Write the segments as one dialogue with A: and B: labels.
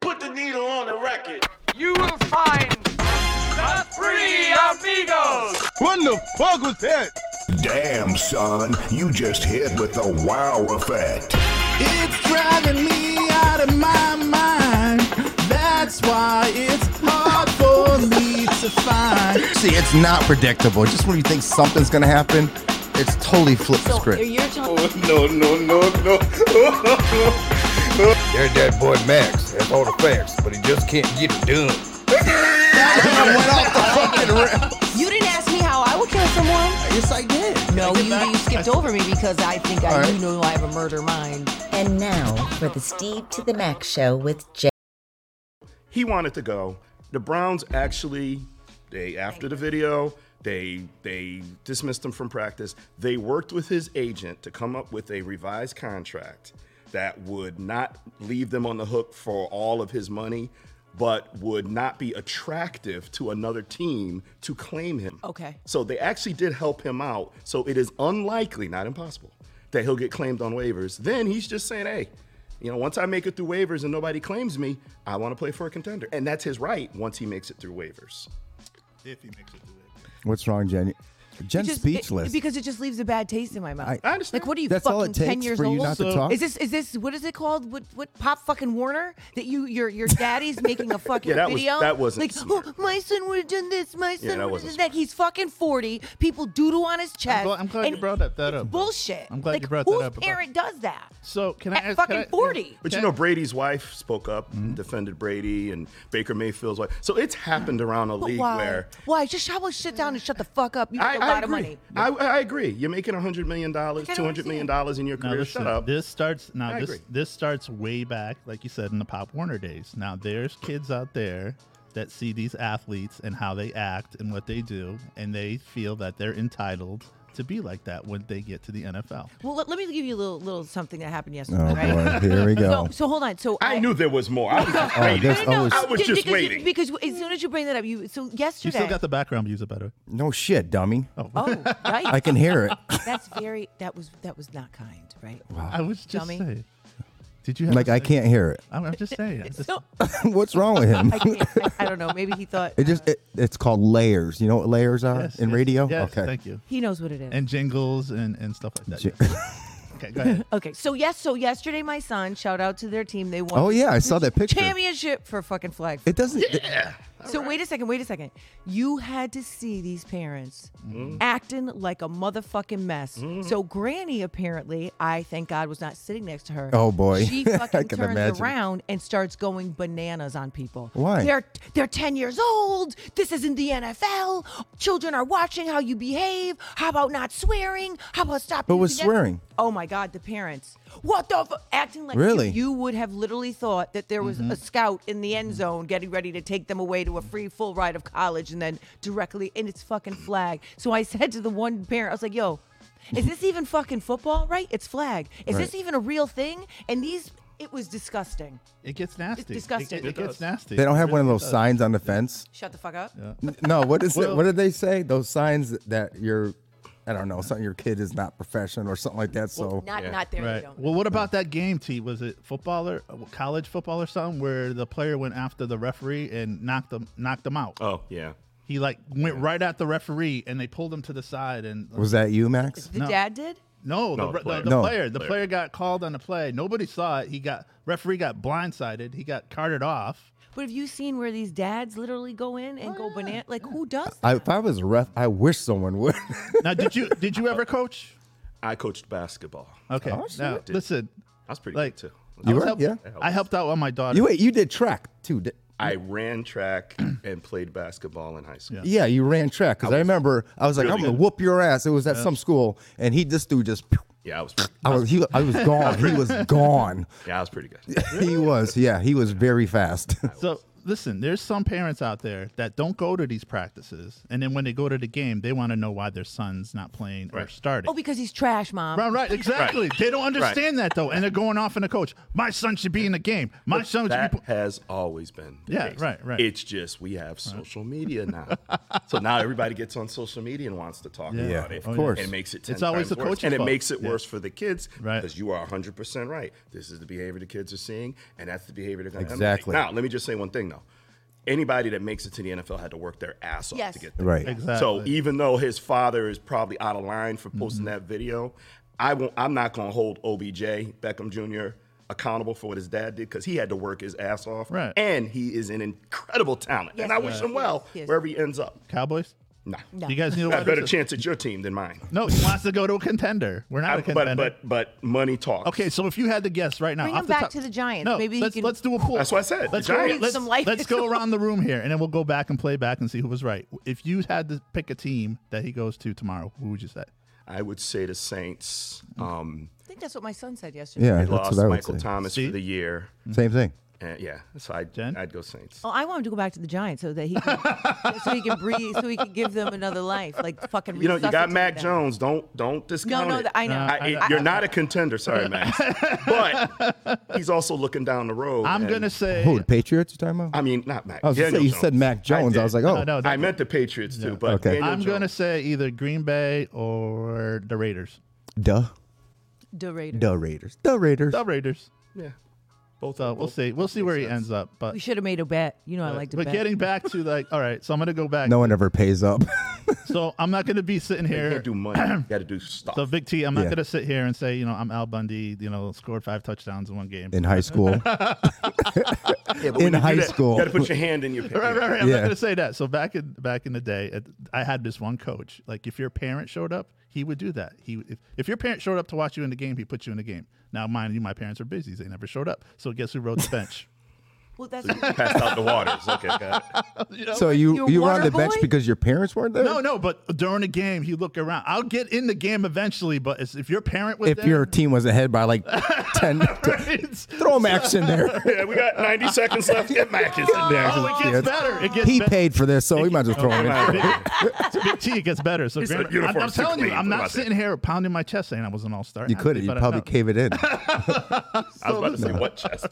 A: put the needle on the record.
B: You will find the three amigos.
C: What the fuck was that?
D: Damn, son, you just hit with the wow effect.
E: It's driving me out of my mind. That's why it's hard for me to find.
C: See, it's not predictable. Just when you think something's gonna happen, it's totally flipped the
F: So
C: script.
F: you're telling
C: Oh,
G: There's that boy Max. That's all the facts, but he just can't get it done.
C: I went off the fucking rail.
F: you didn't ask me how I would kill someone.
C: Yes, I did.
F: No, you, you skipped over me because I think I
C: All
F: do know I have a murder mind.
H: And now for the Steve to the Max show with Jay.
I: he wanted to go. The Browns actually, they after the video, they they dismissed him from practice. They worked with his agent to come up with a revised contract that would not leave them on the hook for all of his money, but would not be attractive to another team to claim him.
F: Okay.
I: So they actually did help him out. So it is unlikely, not impossible, that he'll get claimed on waivers. Then he's just saying, hey, you know, once I make it through waivers and nobody claims me, I want to play for a contender. And that's his right once he makes it through waivers.
J: If he makes it through it.
C: What's wrong, Jen? Jen's
K: just-
C: speechless.
K: it- because it just leaves a bad taste in my mouth.
C: I-
I: I understand.
K: Like, what are you
C: That's
K: fucking
C: all it
K: ten
C: takes
K: years
C: for you
K: old?
C: not to talk.
K: Is this is this what is it called? What what pop fucking Warner that you your your daddy's making a fucking
I: Yeah, that was-
K: video?
I: that wasn't
K: like
I: smart.
K: "Oh, my son would have done this. My son
I: that
K: would have
I: wasn't
K: done that. He's fucking forty. People doodle on his chest.
J: gl- I'm glad you
K: and
J: brought that- that
K: it's
J: up.
K: Bullshit.
J: I'm glad
K: like,
J: you brought that
K: whose
J: up about-
K: parent does that?
J: So can I
K: At
J: ask?
K: fucking
J: can I-
K: 40.
I: But you know, Brady's wife spoke up,
J: Mm-hmm.
I: and defended Brady, and Baker Mayfield's wife. So it's happened around the
K: But
I: league
K: why?
I: where
K: Why just shovel shit down and shut the fuck up? You
I: I,
K: got
I: I
K: a lot
I: agree.
K: of money.
I: I, I agree. You're making hundred million dollars,
K: I
I: two
K: don't
I: hundred million
K: understand.
I: dollars in your
J: Now
I: career.
J: listen,
I: Shut up.
J: this starts now
I: I
J: this
I: agree.
J: this starts way back, like you said in the Pop Warner days. Now there's kids out there that see these athletes and how they act and what they do, and they feel that they're entitled to be like that when they get to the NFL.
K: Well, let, let me give you a little little something that happened yesterday.
C: oh
K: right?
C: boy, here we
K: So,
C: go.
K: so hold on. So
I: I knew there was more. I was just
C: Oh,
I: waiting.
C: there's always-
I: I was
K: Be-
I: just
K: because,
I: waiting.
K: because as soon as you bring that up, you so yesterday.
J: You still got the background music, by the way.
C: No shit, dummy.
K: oh, right.
C: I can hear it.
K: That's very. That was that was not kind, right?
J: I was just
K: Dummy.
J: saying. Did you have
C: Ah. Like I can't hear it.
J: I'm, I'm just saying. I'm just-
K: So
C: What's wrong with him?
K: I, can't, I, I don't know. Maybe he thought
C: It just it, it's called layers. You know what layers are
J: yes,
C: in
J: yes,
C: radio?
J: Yes,
C: okay.
J: Thank you.
K: he knows what it is.
J: And jingles and, and stuff like that.
C: Ji-
J: yes. okay, go ahead.
K: okay, so yes, so yesterday my son, shout out to their team, they won.
C: Oh yeah, I saw that picture.
K: Championship for fucking flag.
C: It doesn't.
K: So wait a second, wait a second. You had to see these parents acting like a motherfucking mess. So Granny apparently, I thank God was not sitting next to her.
C: Oh, boy.
K: she
C: I
K: fucking
C: can
K: turns
C: imagine.
K: around and starts going bananas on people.
C: Why?
K: They're they're ten years old. This isn't the NFL. Children are watching how you behave. How about not swearing? How about stop?
C: Who
K: using
C: was
K: that-
C: swearing?
K: Oh my God, the parents. What the f- acting like
C: Really?
K: you, you would have literally thought that there was
C: Mm-hmm.
K: a scout in the end zone getting ready to take them away to a free full ride of college and then directly in its fucking flag. So I said to the one parent, I was like, yo, is this even fucking football? Right? It's flag. Is this
C: Mm-hmm. Right.
K: even a real thing? And these, it was disgusting.
J: It gets nasty. It-
K: disgusting.
J: It,
K: It
J: gets nasty.
C: They don't have
J: It
C: one of
J: really
C: those
J: does.
C: signs on the fence.
K: Shut the fuck up.
C: N- No, what is it?
J: Well-
C: What did they say? Those signs that you're, I don't know, something your kid is not professional or something like that. So
K: Not, not there. You
J: Right.
K: don't.
J: Well, what about that game, T? Was it football or uh, college football or something where the player went after the referee and knocked him knocked him out?
I: oh yeah.
J: He like went right at the referee and they pulled him to the side and
C: was that you, Max?
K: the dad did?
J: no,
I: No,
J: the, re-
I: player.
J: the, the
C: No.
J: player the player. got called on the play. Nobody saw it. He got referee got blindsided. He got carted off.
K: But have you seen where these dads literally go in and go banana? Like, who does that?
C: Oh, I, if I was a ref, I wish someone would.
J: Now, did you did you ever coach?
I: I coached basketball.
J: Okay.
C: Oh, shit.
J: now, listen.
I: I was pretty
J: Like-
I: good too.
C: You
J: I was
C: were?
J: help-
C: Yeah.
J: I helped out on my daughter.
C: you wait, you did track too. di-
I: I ran track and played basketball in high school.
C: Yeah, you ran track because I, remember I was like,
I: really
C: I'm gonna
I: good.
C: whoop your ass. It was at some school, and he this dude just, pew,
I: Yeah, I was.
C: I was he, I was gone. he was gone.
I: Yeah, I was pretty good.
C: he was yeah, he was very fast.
J: So listen, there's some parents out there that don't go to these practices, and then when they go to the game, they want to know why their son's not playing or starting.
K: Oh, because he's trash, mom.
J: Right, right, exactly. They don't
I: Right.
J: understand that though, and they're going off on the coach. My son should be in the game. My son should
I: that
J: be.
I: has always been the
J: Yeah,
I: case.
J: right, right.
I: It's just we have social media now, so now everybody gets on social media and wants to talk
J: Yeah.
C: Yeah,
I: about it.
C: of course.
I: and it makes it. 10
J: It's always
I: times
J: the
I: worse.
J: coach's
I: and it
J: fault.
I: makes it
J: Yeah.
I: worse for the kids,
J: Right.
I: Because you are 100 percent right. This is the behavior the kids are seeing, and that's the behavior they're going to
C: Exactly.
I: Now, let me just say one thing though. Anybody that makes it to the NFL had to work their ass off
K: Yes.
I: to get there.
C: Right.
J: Exactly. Mm-hmm.
I: So even though his father is probably out of line for posting that video, I won't. I'm not going to hold OBJ Beckham Jr. accountable for what his dad did because he had to work his ass off.
J: Right.
I: And he is an incredible talent,
K: Yes,
I: and I
K: he
I: wish
K: is.
I: him well
K: He is.
I: wherever he ends up.
J: Cowboys.
I: Nah.
K: No.
J: You guys need to
I: Got a
J: watch
I: better
J: this.
I: chance at your team than mine.
J: No, he wants to go to a contender. We're not
I: I-
J: a contender.
I: but but but money talks.
J: okay, so if you had to guess right now,
K: Bring
J: off
K: him back
J: top-
K: to the Giants.
J: No,
K: Maybe you
J: let's
K: can-
J: let's do a pool.
I: That's what I said,
J: Let's
I: the
J: go.
I: Giants.
J: Let's,
K: Some life
J: let's go
K: into-
J: around the room here, and then we'll go back and play back and see who was right. If you had to pick a team that he goes to tomorrow, who would you say?
I: I would say the Saints.
J: Mm.
I: Um,
K: I think that's what my son said yesterday.
C: Yeah,
I: they
C: that's
I: lost
C: what I would
I: Michael
C: say.
I: Thomas
J: See?
I: for the year.
C: Same thing.
I: And yeah, so I'd,
J: Jen?
I: I'd go Saints.
K: Oh, I want him to go back to the Giants so that he can, so he can breathe, so he can give them another life, like fucking.
I: You know, you got
K: resuscitate
I: Mac
K: them.
I: Jones. Don't don't discount
K: no,
I: it.
K: th- I know.
I: I,
J: I
I: it-
J: know.
I: you're not a contender, sorry, Max. but he's also looking down the road.
J: I'm
I: and-
J: gonna say.
C: Who, the Patriots you talking about?
I: I mean, not Max.
C: I was gonna say,
I: Daniel
C: you
I: Jones.
C: said Mac Jones. I, was like, oh,
J: No, no,
I: I meant the Patriots too, but
C: Okay.
I: Daniel
J: I'm
I: Jones.
J: gonna say either Green Bay or the Raiders.
C: duh,
K: The Raiders.
C: duh Raiders, duh Raiders.
J: The Raiders.
I: yeah.
J: Both. Uh, we'll see. We'll see where he ends up. But
K: We should have made a bet. You know, I like to
J: but
K: bet.
J: getting back to like, all right. So I'm gonna go back.
C: No one ever pays up.
J: So I'm not gonna be sitting
I: You
J: here.
I: can't do money. You got to do stuff.
J: So Big T, I'm not
C: Yeah.
J: gonna sit here and say, you know, I'm Al Bundy. You know, scored five touchdowns in one game.
C: in high school.
I: Yeah, but when
C: in
I: you do
C: high
I: that,
C: school.
I: you got to put your hand in your pants.
J: Right, right, right. I'm not
C: Yeah.
J: gonna say that. So back in back in the day, it- I had this one coach. Like if your parent showed up, he would do that. He if, if your parent showed up to watch you in the game, he put you in the game. Now, mind you, my parents are busy; they never showed up. So guess who rode the bench?
K: well, that's
I: Passed out the waters. Okay, got it.
C: so you
K: Your
C: you were on
K: water
C: the bench
K: boy?
C: because your parents weren't there.
J: no, no. But during the game, he looked around. I'll get in the game eventually, but it's, if your parent was
C: If
J: there,
C: your team was ahead by like ten, throw Max in there.
I: Yeah, we got 90 seconds left. Get Mac is in there.
J: oh, it gets
C: Yeah.
J: better. It gets
C: He
J: better.
C: paid for this, so we might just throw him in.
J: Big, Big T, it gets better. So
I: He said
J: Grandma- I'm,
I: uniform
J: I'm telling you,
I: 16.
J: I'm
I: What
J: not
I: about
J: sitting here pounding my chest saying I was an all star.
C: You could have. You
J: uh,
C: probably cave it in.
I: I was about to say what chest,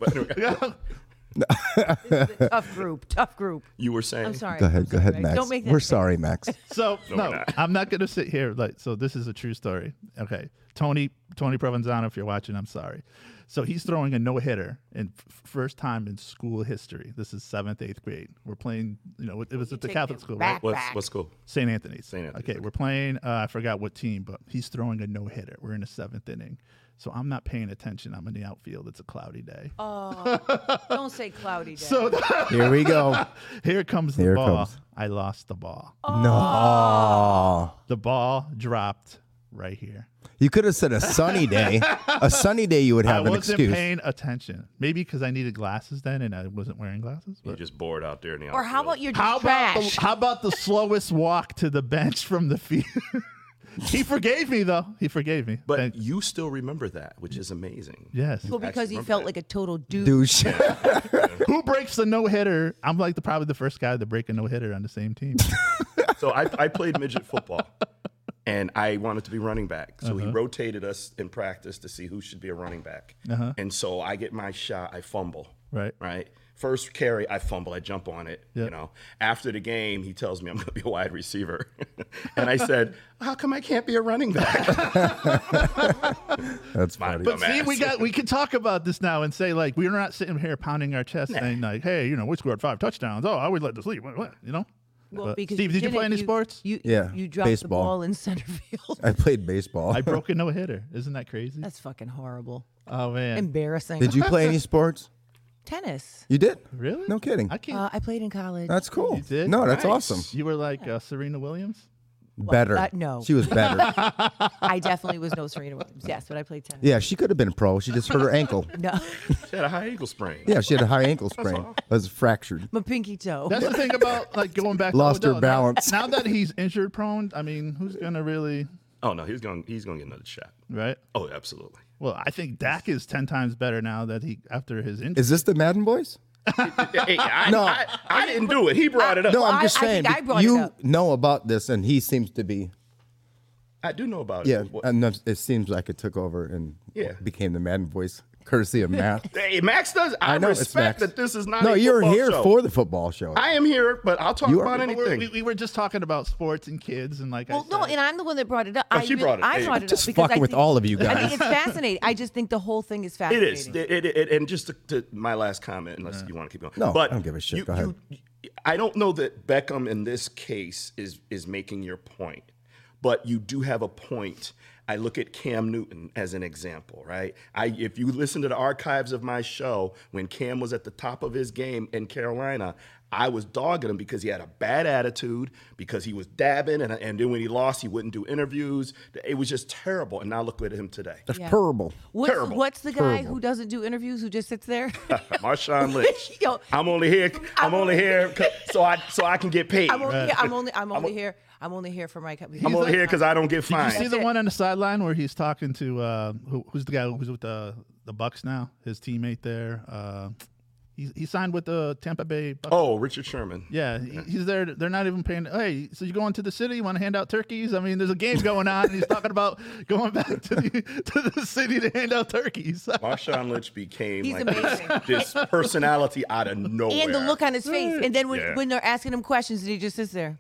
I: but
K: a tough group. Tough group.
I: you were saying.
K: I'm sorry.
C: Go
K: I'm
C: ahead, go
K: sorry,
C: ahead,
K: Max.
C: Max.
K: Don't make that
C: We're
K: face.
C: sorry, Max.
J: So
I: No,
J: no,
I: we're not.
J: I'm not gonna sit here like so. This is a true story. Okay, Tony Tony Provenzano, if you're watching, I'm sorry. So he's throwing a no hitter and f- first time in school history. This is seventh eighth grade. We're playing. You know, it was at the
K: Take
J: Catholic
K: it
J: school,
K: back.
J: right?
I: What's, what's cool?
J: St. Anthony's.
I: St. Anthony's,
J: Okay, we're playing. Uh, I forgot what team, but he's throwing a no hitter. We're in the seventh inning, so I'm not paying attention. I'm in the outfield. It's a cloudy day.
K: Don't say cloudy day.
J: So
C: Here we go.
J: here comes the
C: Here it
J: ball.
C: comes.
J: I lost the ball.
C: No, Aw.
J: The ball dropped right here.
C: you could have said a sunny day. A sunny day, you would
J: I
C: have an
J: wasn't
C: excuse.
J: paying attention. Maybe because I needed glasses then, and I wasn't wearing glasses.
I: You're
J: But
I: just bored out there in the
K: or how
I: outfield.
K: about your
J: how about
K: trash?
J: the, how about the slowest walk to the bench from the field? he forgave me though. He forgave me.
I: But
J: Thank-
I: you still remember that, which is amazing.
J: yes.
K: well, because he
I: remember
K: felt
I: that.
K: like a total dude.
C: Douche.
J: Who breaks the no hitter? I'm like the probably the first guy to break a no hitter on the same team.
I: So I, I played midget football, and I wanted to be running back. So he rotated us in practice to see who should be a running back. And so I get my shot, I fumble.
J: Right.
I: Uh-huh. Right. First carry, I fumble, I jump on it. You
J: Yep.
I: know. After the game, he tells me I'm going to be a wide receiver, and I said, "How come I can't be a running back?"
C: That's
I: My
C: funny.
J: But see,
I: dumbass.
J: we got we can talk about this now and say like we're not sitting here pounding our chest saying like, hey, you know, we scored five touchdowns. Oh, I would let this lead. What, what? You know.
K: Well,
J: But-
K: because
J: Steve, did you play
K: didn't,
J: any sports?
K: You,
C: uh, Yeah,
K: You dropped
C: baseball.
K: the ball in center field.
C: I played baseball.
J: I broke a no hitter. Isn't that crazy?
K: That's fucking horrible.
J: Oh man.
K: Embarrassing.
C: did you play any sports?
K: tennis?
C: You did?
J: Really?
C: No kidding.
J: I can't.
K: Uh, I played in college.
C: That's cool.
J: You did?
C: No, that's
I: Nice.
C: awesome.
J: you were like uh, Serena Williams.
C: better.
K: uh, no.
C: She was better.
K: I definitely was no Serena Williams. Yes, but I played tennis.
C: yeah, she could have been pro. She just hurt her ankle.
K: No,
I: she had a high eagle sprain.
C: Yeah, she had a high ankle sprain. It was fractured.
K: my pinky toe.
J: That's the thing about like going back.
C: Lost
J: to
C: her
J: Odell.
C: balance.
J: Now, now that he's injured prone, I mean, who's gonna really
I: Oh no, he's going. to He's going to get another shot.
J: right?
I: Oh, absolutely.
J: Well, I think Dak is ten times better now that he after his injury.
C: Is this the Madden boys?
I: Hey, I,
C: No.
I: I, I, didn't do it. He brought it up.
C: No,
K: I-
C: I'm just
K: I
C: saying
K: think I brought it
C: you
K: up.
C: know about this, and he seems to be.
I: I do know about
C: Yeah,
I: it. What-
C: and that's- it seems like it took over and
I: Yeah.
C: became the Madden voice, courtesy of Matt.
I: Hey, Max does. I,
C: I know it's
I: respect
C: Max.
I: that this is not.
C: No,
I: a
C: you're
I: football
C: here
I: show.
C: for the football show.
I: I am here, but I'll talk
C: You are-
I: about
J: But we're-
I: anything.
J: we, we were just talking about sports and kids and like. I
K: Well,
J: said,
K: no, and I'm the one that brought it up.
I: Oh,
K: I
I: she brought it.
K: I
I: Hey,
K: brought
I: I'm
K: it
C: just
K: up because I
C: fucking with
K: think-
C: all of you
K: I
C: guys.
K: think it's fascinating. I just think the whole thing is
I: It
K: fascinating.
I: is. It, it, it- and just to, to my last comment, unless you want to keep going.
C: No,
I: but
C: I don't give a shit. Go ahead.
I: you- I don't know that Beckham in this case is is making your point, but you do have a point. I look at Cam Newton as an example, right? I if you listen to the archives of my show when Cam was at the top of his game in Carolina, I was dogging him because he had a bad attitude, because he was dabbing, and, and then when he lost, he wouldn't do interviews. It was just terrible. And now look at him today.
C: That's terrible.
K: What's,
I: Terrible.
K: what's the guy who doesn't do interviews who just sits there?
I: Marshawn Lynch.
K: Yo.
I: I'm only here. I'm,
K: I'm
I: only
K: only-
I: here 'cause- so I so I can get paid.
K: I'm only, I'm only, I'm only here. I'm only here for my company.
I: I'm only here because I don't get
J: Did you
I: fined.
J: see the
K: it.
J: one on the sideline where he's talking to uh, who, who's the guy who's with the the Bucks now? His teammate there. Uh, he he signed with the Tampa Bay. Bucks.
I: oh, Richard Sherman.
J: Yeah, he- he's there. They're not even paying. Hey, so you go into the city? You want to hand out turkeys? I mean, there's a game going on, and he's talking about going back to the to the city to hand out turkeys.
I: Marshawn Lynch became
K: He's
I: like this,
K: amazing.
I: this personality out of nowhere.
K: And the look on his face, and then when,
I: Yeah.
K: when they're asking him questions, and he just sits there.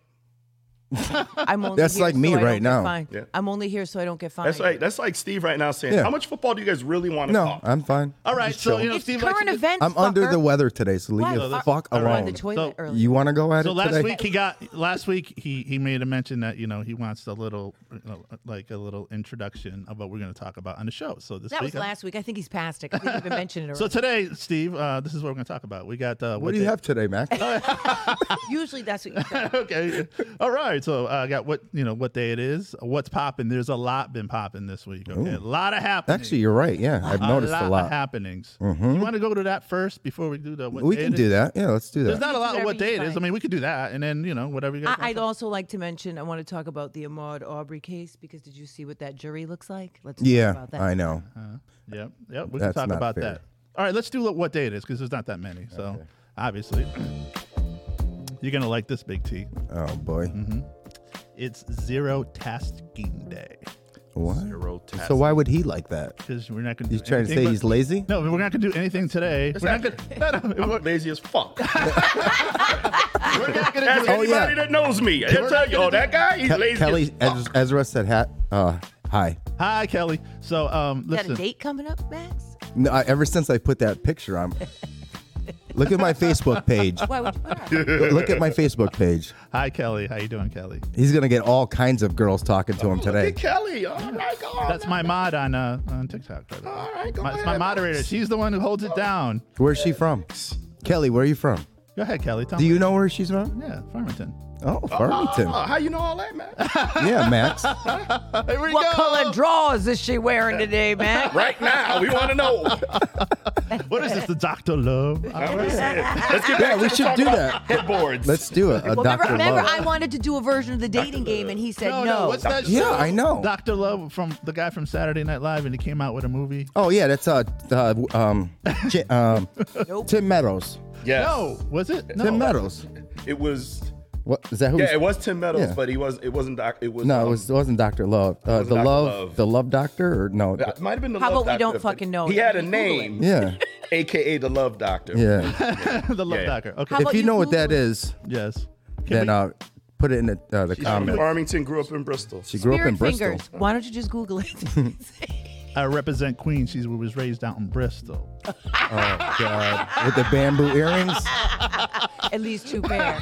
K: I'm only
C: That's
K: here
C: like
K: so
C: me
K: I don't
C: right
K: get
C: now.
K: fined.
I: Yeah.
K: I'm only here so I don't get fined.
I: that's like that's like Steve right now saying,
C: Yeah.
I: "How much football do you guys really want to
C: No,
I: talk?"
C: I'm fine.
J: All right,
C: Just
J: so
C: chill.
J: you know,
K: it's
J: Steve.
K: current
J: likes to-
K: events.
C: I'm under
K: fucker.
C: the weather today, so leave
K: Why
C: the
K: are-
C: fuck
K: are you
C: alone.
K: on the toilet
J: So-
K: early?
C: you want to go at
J: So
C: it
J: last
C: today?
J: week he got last week he he made a mention that you know he wants a little you know, like a little introduction of what we're going to talk about on the show. So this
K: that
J: week,
K: was last week. I think he's past it. I think you even mentioned it.
J: So
K: Already.
J: today, Steve, uh, this is what we're going to talk about. We got uh,
C: what do you have today, Mac?
K: Usually that's what you say.
J: okay. All right. So uh, I got what you know what day it is. What's popping? There's a lot been popping this week. Okay, a lot of happenings.
C: Actually, you're right. Yeah, I've noticed
J: a lot,
C: a lot. Mm-hmm.
J: of happenings. You want to go to that first before we do the what
C: we
J: day
C: can
J: it
C: do
J: is?
C: that. Yeah, let's do
J: There's
C: that.
J: not a lot of
K: Whatever
J: what
K: you
J: day it is. I
K: find.
J: mean, we could do that, and then you know whatever you guys.
K: I,
J: want
K: I'd
J: to-
K: also like to mention I want to talk about the Ahmaud Aubrey case because did you see what that jury looks like? Let's talk
C: Yeah,
K: about that.
C: I know.
J: Uh, Yep, yep. We can
C: That's
J: talk
C: not
J: about
C: fair.
J: that. All right, let's do lo- what day it is because there's not that many. So obviously, you're gonna like this big T.
C: Oh boy.
J: mm-hmm. It's zero tasking day
C: What? So why would he like that?
J: because we're not gonna.
C: You
J: do
C: trying to
J: anything
C: say
J: but-
C: he's lazy?
J: No, we're not gonna do anything today. We're not gonna. no, no,
I: I'm lazy as fuck.
J: we're not gonna
I: Ask
J: do
I: anybody
C: yeah.
I: that knows me, they'll tell you, "Oh, that guy, he's
C: Ke-
I: lazy."
C: Kelly
I: as
C: Ez- Ezra said, "Hat. Uh, hi."
J: Hi, Kelly. So, um,
K: Got a
J: listen.
K: date coming up, Max?
C: No, I, ever since I put that picture on, look at my Facebook page.
K: Why would you put her? on?
C: Look at my Facebook page.
J: Hi, Kelly. How you doing, Kelly?
C: He's gonna get all kinds of girls talking to him
I: fuck. Hey,
C: today.
I: Kelly. Oh All right, go on.
J: That's my mod on uh on TikTok. By the way.
I: All right, go
J: my, it's my
I: ahead.
J: moderator. She's the one who holds it down.
C: Where's she from? Kelly, where are you from?
J: Go ahead, Kelly. Tell
C: Do
J: me.
C: you know where she's from?
J: Yeah, Farmington.
C: Oh, Farmington.
I: Oh, how you know all that, man?
C: Yeah, Max.
J: Here we
K: What color drawers is she wearing today, Max?
I: right now, we want to know.
J: What is this, the Doctor Love?
I: I'm just saying. Let's get back
C: Yeah,
I: to
C: we
I: the
C: should
I: talk
C: do
I: about
C: that.
I: Headboards.
C: Let's do it. A
K: Well,
C: Dr.
K: remember, remember
C: Love.
K: I wanted to do a version of the dating game, and he said no.
J: What's that?
C: Yeah,
J: show?
C: I know.
J: Doctor Love from the guy from Saturday Night Live, and he came out with a movie.
C: Oh yeah, that's uh, uh um, J- um Tim Meadows.
I: Yes.
J: No, was it? No.
C: Tim Meadows.
I: It was.
C: What is that? Who?
I: Yeah, it was Tim Meadows,
C: Yeah.
I: but he was. It wasn't. Doc, it was.
C: No,
I: um,
C: it, was, it wasn't Doctor Love. Uh,
I: wasn't
C: the
I: Dr.
C: love,
I: Love.
C: the Love Doctor, or no?
I: It might have been the.
K: How
I: Love
K: about we
I: Doctor,
K: don't
I: but
K: fucking know?
I: He had a
K: Google it.
I: name,
C: Yeah,
I: aka the Love Doctor.
C: yeah.
J: the Love
I: Yeah.
J: Doctor. Okay.
K: How about
C: if you
K: you
C: know what that
K: Google
C: is,
J: yes.
C: then
J: Can we-
C: uh, put it in the uh, the
I: She's from
C: comments.
I: Farmington, grew up Um, in Bristol.
C: She grew up in
K: Spirit
C: Bristol.
K: fingers. Why don't you just Google it?
C: uh,
J: I represent Queens. She was raised out in Bristol.
C: Oh, God, with the bamboo earrings.
K: At least two pair.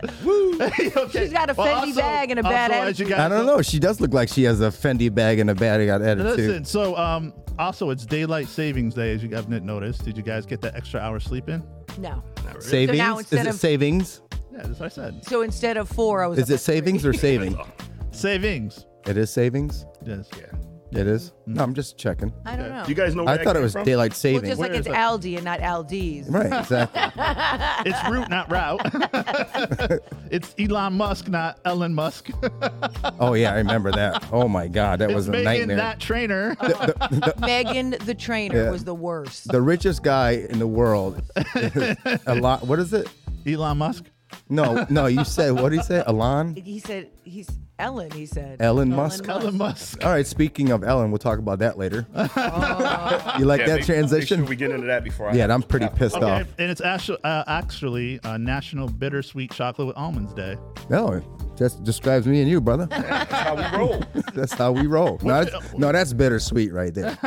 J: okay.
K: She's got a Fendi bag and a bad
J: also, as you guys
C: I don't know. She does look like she has a Fendi bag and a bad got
J: Listen,
C: attitude.
J: so um, also it's daylight savings day, as you guys didn't notice. Did you guys get that extra hour sleep in?
K: No.
C: Savings?
K: So now
C: is
K: instead
C: it
K: of-
C: savings?
J: Yeah, that's what I said.
K: So instead of four, I was.
C: Is
K: up
C: it
K: at three.
C: savings or saving?
J: Savings.
C: it is savings.
J: Yes.
I: Yeah.
C: It is. No, I'm just checking.
K: I don't know.
I: Do you guys know? Where
C: I
I: that
C: thought it
I: came
C: was
I: from?
C: daylight
K: Well,
C: saving.
K: just like it's Aldi and not Aldi's.
C: right. Exactly.
J: It's root, not route. it's Elon Musk, not Ellen Musk.
C: oh yeah, I remember that. Oh my god, that was a
J: Megan,
C: nightmare.
J: not trainer.
K: Megan the trainer
C: Yeah.
K: was the worst.
C: the richest guy in the world. a lot. What is it?
J: Elon Musk.
C: No, no. You said what did he say? Elon.
K: He said he's Ellen. He said
C: Ellen Musk?
J: Elon Musk.
C: All right. Speaking of Ellen, we'll talk about that later.
K: Oh.
C: you like
I: Yeah,
C: that
I: make-
C: transition?
I: Make sure we get into that before. I
C: yeah, and I'm pretty pissed
J: Okay,
C: off.
J: and it's actually uh, actually uh, National Bittersweet Chocolate with Almonds Day.
C: No, it just describes me and you, brother.
I: That's how we roll.
C: That's how we roll. No, that's, no, that's bittersweet right there.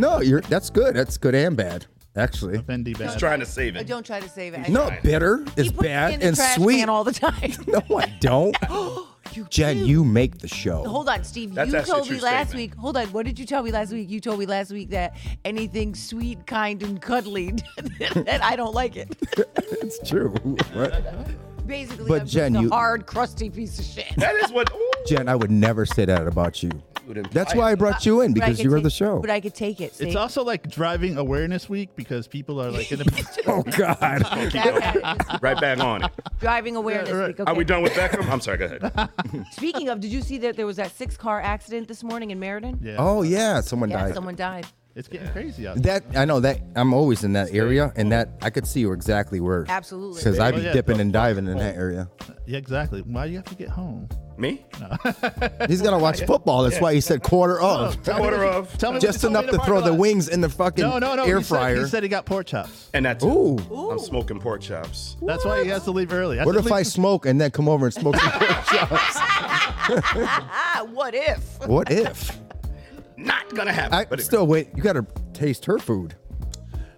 C: No, you're that's good. That's good and bad, actually.
J: Fendi bag.
I: Just trying to save
K: Oh,
I: it.
K: don't try to save it. I-
C: No, bitter
K: he
C: is
K: puts it in
C: bad
K: the
C: and
K: trash
C: sweet.
K: can all the time.
C: No, I don't.
K: You
C: Jen,
K: do.
C: you make the show.
K: Hold on, Steve.
I: That's
K: you
I: actually a
K: told
I: true
K: me last
I: statement.
K: week. Hold on. What did you tell me last week? You told me last week that anything sweet, kind, and cuddly, that I don't like it.
C: It's true. right?
K: Basically,
C: But
K: I'm
C: Jen,
K: just a
C: you-
K: hard, crusty piece of shit.
I: That is what. ooh.
C: Jen, I would never say that about you.
I: would imply
C: That's
J: Uh,
C: why I brought you in
K: But I
C: because
K: could
C: you were
K: take-
C: the show.
K: But I could take it.
J: It's
K: see?
J: also like Driving Awareness Week because people are like in the
C: Oh God.
K: Back at it. It's
I: Right back on it.
K: Driving awareness
J: right.
K: week. Okay.
I: Are we done with Beckham? I'm sorry. Go ahead.
K: Speaking of, did you see that there was that six car accident this morning in Meriden?
J: yeah.
C: Oh yeah, someone
K: Yeah,
C: died.
K: someone died.
J: It's getting crazy out. there.
C: That I know that I'm always in that area, and that I could see exactly where.
K: Absolutely.
C: Because I'd
J: Oh,
C: be
J: yeah,
C: dipping
J: the
C: and diving in that area.
J: Yeah, exactly. Why do you have to get home?
I: Me?
C: He's gonna watch football. That's why he said quarter of.
I: Quarter of.
J: Tell me what
C: Just
J: you told me
C: enough
J: in
C: to
J: the
C: throw
J: parking
C: the
J: lot.
C: wings in the fucking
J: No, no, no.
C: air
J: he said-
C: fryer.
J: he said he got pork chops.
I: And that's.
C: Ooh.
I: I'm smoking pork chops.
J: That's why he has to leave early.
C: What
J: said,
C: if I
J: "Leave-
C: smoke and then come over and smoke some pork chops?
K: Ah, what if?
C: What if?
I: Not gonna happen.
C: I
I: but anyway.
C: still wait. You gotta taste her food,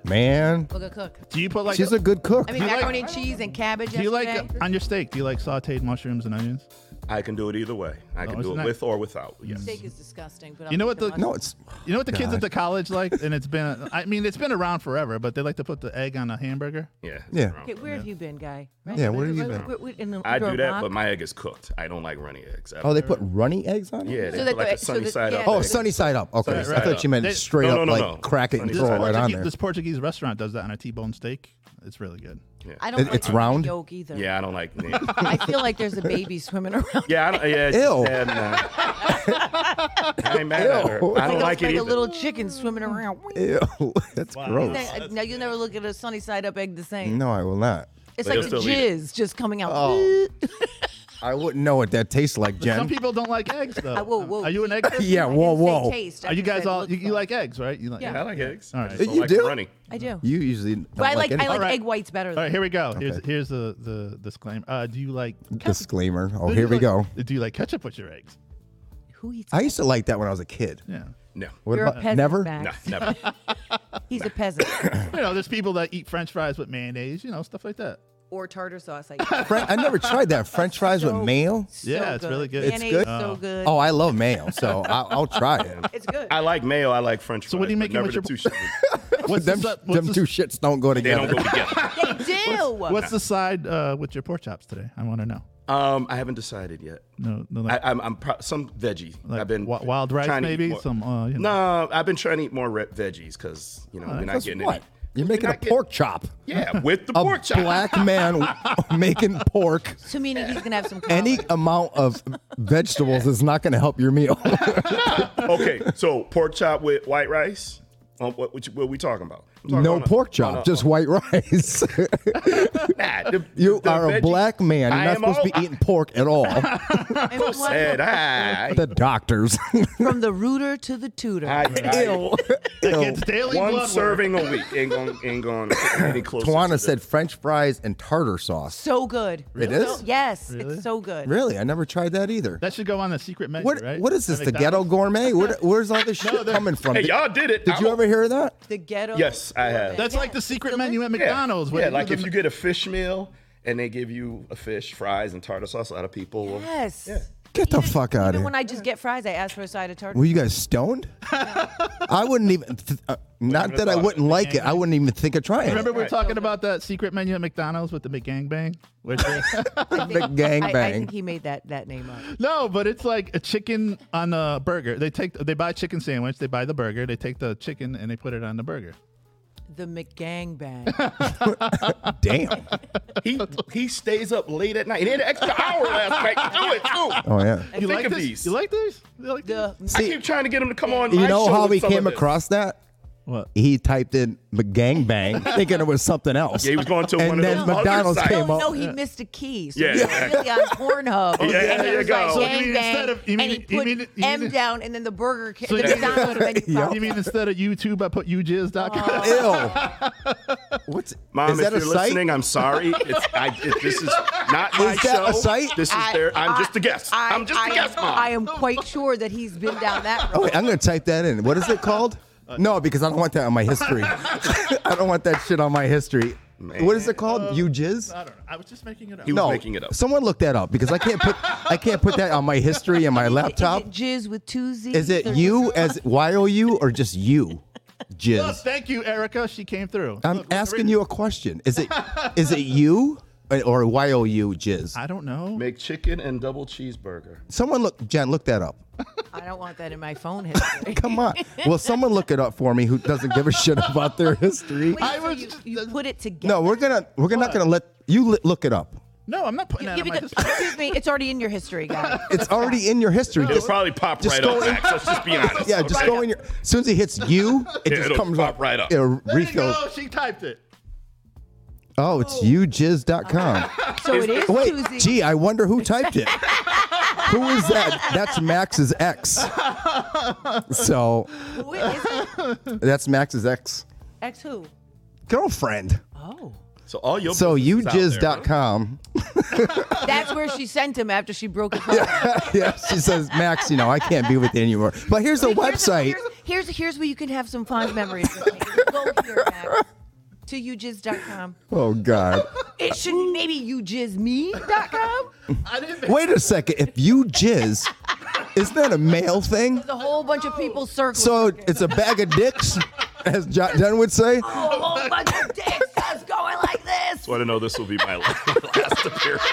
C: man.
K: Look at cook.
J: Do you put like?
C: She's a good cook.
K: I mean, macaroni and cheese and cabbage.
J: do you like
K: yesterday.
J: on your steak? Do you like sautéed mushrooms and onions?
I: I can do it either way. I can
J: it's
I: do it
J: not- Mm.
I: with or without. Yes.
K: Steak is disgusting. But I'll
J: You know
K: eat
J: what the-
K: them on-
C: no, it's
J: You know what the kids
C: God.
J: at the college like? And it's been, I mean, it's been around forever, but they like to put the egg on a hamburger.
I: Yeah.
C: Yeah.
K: Okay, where have you been, guy?
C: Yeah, where have you been?
K: Where- where- in the-
I: I
K: under
I: do
K: a
I: that,
K: rock?
I: but my egg is cooked. I don't like runny eggs. I
C: Oh,
I: don't-
C: they put runny eggs on it?
I: yeah, they
K: So
I: put
K: that
I: like
K: the-
I: a sunny
K: so that-
I: side up.
K: yeah.
C: Oh,
I: egg.
C: sunny side up. Okay.
J: Sunny
C: I
J: side
C: thought
J: up.
C: you meant
J: They-
C: straight
I: no,
C: up,
I: no,
C: like
I: no.
C: crack it and
I: Sunny
C: throw
I: side
C: it right
I: up.
C: on
J: Portuguese,
C: there.
J: this Portuguese restaurant does that on a T-bone steak. It's really good.
K: I don't.
C: It-
K: like
C: it's
K: the
C: round?
K: Yolk either.
I: Yeah, I don't like. Yeah,
K: I feel like there's a baby swimming around.
I: yeah. I don't, yeah it's
C: Ew.
I: Sad, nah. I ain't mad at her.
C: Ew.
I: I don't like,
K: like
I: it
K: a
I: either.
K: little chicken swimming around.
C: Ew, that's gross.
K: Now- now you'll never look at a sunny side up egg the same.
C: No, I will not.
K: It's
I: But
K: like the
I: you'll still eat it.
K: jizz just coming out.
C: I wouldn't know what that tastes like,
J: Some
C: Jen.
J: people don't like eggs though.
K: I- Uh, whoa, whoa.
J: Are you an egg? person?
C: Yeah, whoa,
K: I
C: whoa.
K: didn't say taste. I
J: Are you
K: just
J: guys
K: said
J: all?
K: look
J: You, you
K: like-
J: like eggs, right? You like
K: Yeah.
I: I like eggs.
J: All
I: I
J: right.
I: just don't
C: You
I: like
C: do?
I: runny.
K: I do.
C: You usually. Don't
K: but I like I
C: anything.
K: like
J: Alright.
K: egg whites better.
J: All right,
K: Though.
J: here we go. Here's here's the the disclaimer. Uh, do you like?
C: Disclaimer. Oh,
J: do
C: here
J: you
C: we
J: like-
C: go.
J: Do you like ketchup with your eggs?
K: Who eats?
C: I used to like that when I was a kid.
J: Yeah.
I: No,
C: What
K: You're a
C: about
K: peasant.
C: never?
K: Max.
I: no, never.
K: He's a peasant.
J: You know, there's people that eat French fries with mayonnaise. You know, stuff like that.
K: or tartar sauce. I guess.
C: Fren- I never tried that. French fries with mayo.
J: Yeah, it's really good. It's
K: Mayonnaise
C: good?
K: is so good.
C: Oh, I love mayo, so I'll, I'll try it.
K: It's good.
I: I like mayo. I like French fries.
J: So what do you
I: but
J: make it
I: never
J: with
I: the two
J: your-
I: sugars.
J: What's
C: Them,
J: the, si- what's
C: them
J: the,
C: two shits don't go
I: They
C: together.
I: don't go together.
K: they do.
J: What's the side uh, with your pork chops today? I want to know.
I: Um, I haven't decided yet.
J: No, no.
I: I,
J: Like,
I: I'm, I'm pro- some veggie.
J: like
I: I've been
J: wi- wild rice,
I: trying to eat
J: maybe
I: more-
J: some. Uh, you know.
I: No, I've been trying to eat more red veggies because you know we're not
C: Guess
I: getting
C: Uh, what?
I: any.
C: You're making a
I: not getting-
C: pork chop.
I: Yeah, with the
C: A
I: pork chop.
C: black man w- making pork.
K: So meaning he's gonna have some.
C: Any
K: collard.
C: amount of vegetables is not going to help your meal.
I: okay, so pork chop with white rice. Um, what, what, you- what we talking about? I'm talking
C: no
I: about-
C: pork chop,
I: no, no,
C: just
I: no.
C: white rice.
I: Nah, the-
C: you
I: the
C: are a
I: veggie-
C: black man. You're
I: I am
C: not supposed to be
I: all-
C: eating pork at all.
K: And what-
I: Said "Ah, I.
C: the doctors.
K: From the rooter to the tutor.
I: I, I-
J: It's daily
I: one
J: blood work.
I: serving a week ain't going ain't going any closer. to
C: Tawana
I: this.
C: said French fries and tartar sauce.
K: so good.
C: It is?
K: So- yes,
J: Really?
K: it's so good.
C: Really? I never tried that either.
J: That should go on the secret menu,
C: What
J: right?
C: what is this?
J: At
C: The ghetto
J: McDonald's?
C: gourmet? Where, where's all this shit coming from?
I: "Hey,
C: did,
I: y'all did it."
C: did
I: I'm
C: you
I: a-
C: ever hear that?
K: The ghetto.
I: Yes, I have.
J: That's like the secret menu at
I: Yeah.
J: McDonald's. where
I: Yeah,
J: do
I: like
J: the-
I: if you get a fish meal and they give you a fish, fries, and tartar sauce, a lot of people will.
K: Yes.
C: Get the fuck out of
K: Even
C: here.
K: when I just get fries, I ask for a side of turkey.
C: Were you guys stoned? I wouldn't even. Th- uh, not that I wouldn't like it. I wouldn't even think of trying.
J: Remember, we were
C: it.
J: talking about that secret menu at McDonald's with the McGangbang? Which
K: I, I think he made that that name up.
J: No, but it's like a chicken on a burger. They take they buy a chicken sandwich, they buy the burger, they take the chicken and they put it on the burger.
K: The McGangbang.
C: Damn.
I: He he stays up late at night. He had an extra hour last night to do it too.
C: Oh, yeah.
I: You like
J: this?
I: these?
J: You like these?
I: I keep trying to get him to come on.
C: You
I: my
C: know
I: show
C: how
I: with
C: he
I: some of
C: came
I: this.
C: across that?
J: What?
C: He typed in McGangbang thinking it was something else.
I: Yeah, he was going to
C: and
I: one of
C: then
I: those other
C: McDonald's
I: sites.
C: came
K: no,
C: up.
K: no, he missed a key. So
I: Yeah,
K: he was
I: exactly.
K: really on Pornhub.
I: Yeah,
K: And
I: there
K: he
I: you
K: was
I: go.
K: Like,
I: So
J: you mean
K: gang,
J: instead
K: bang,
J: of- you mean-
K: and he
J: you
K: put
J: mean- you
K: M
J: mean-
K: down, and then the burger, ca-
J: So
K: the
J: you mean-
K: McDonald's menu popped
J: You mean instead of YouTube, I put youjizz.com?
C: Ew. What's
I: Mom,
C: is
I: if
C: that
I: you're
C: a site?
I: listening, I'm sorry. It's, I, it, this is not my
C: Is
I: show.
C: that a site?
I: This is
K: I-
I: their. I'm
K: I-
I: just a guest.
K: I,
I: am just a
K: I
I: guest,
K: am,
I: mom.
K: I am quite sure that he's been down that
C: Oh,
K: road.
C: wait, I'm gonna type that in. What is it called?
I: Uh,
C: No, because I don't want that on my history. I don't want that shit on my history. What is it
I: Uh,
C: called? You jizz?
J: I don't know. I was just making it up.
I: He was
C: No,
I: making it up.
C: someone look that up because I can't put I can't put that on my history and my laptop.
K: Is it jizz with two Z's?
C: Is it
K: or-
C: you as Y O U or just you,
J: Look,
C: jizz?
J: thank you, Erica. She came through.
C: I'm
J: Look, we're
C: asking
J: reading-
C: you a question. Is it is it you or Y O U jizz?
J: I don't know.
I: Make chicken and double cheeseburger.
C: Someone look, Jen, look that up.
K: I don't want that in my phone history.
C: Come on. Will someone look it up for me who doesn't give a shit about their history?
K: Wait,
J: I
K: so
J: was
K: you,
J: just-
K: you put it together.
C: No, we're gonna we're not gonna let you li- look it up.
J: No, I'm not putting
K: You-
J: that
K: you
J: on
K: beca-
J: my history.
K: excuse me, it's already in your history, guys.
C: It's already in your history.
I: It'll
C: Just,
I: probably pop
C: just
I: right
C: go
I: up.
C: in-
I: Max. Let's just be honest.
C: yeah, just
I: okay?
C: go in your. As soon as he hits you, it
I: Yeah,
C: just
I: it'll
C: comes
I: pop
C: up.
I: right up.
C: It'll
J: There you
C: refill.
J: go. She typed it.
C: Oh, it's youjizz.com.
K: So it is
C: Wait,
K: two Z's.
C: gee, I wonder who typed it. who is that? That's Max's ex. So
K: Who is it?
C: that's Max's ex
K: X who?
C: girlfriend.
K: Oh.
I: So all your
C: So
I: business is out there, huh?
C: youjizz.com.
K: That's where she sent him after she broke his heart.
C: yeah, she says, Max, you know, I can't be with you anymore. But here's a
K: Here's a-
C: website.
K: Here's, here's here's where you can have some fond memories. With me. Go here, Max. To youjizz.com.
C: Oh God.
K: It shouldn't maybe youjizme.com.
J: I didn't.
C: Wait a second. If you jizz, isn't that a male thing?
K: The whole bunch of people circling.
C: So it's a bag of dicks, as John Dunn would say.
K: a whole bunch of dicks that's going like this.
I: Want to know this will be my last, last appearance?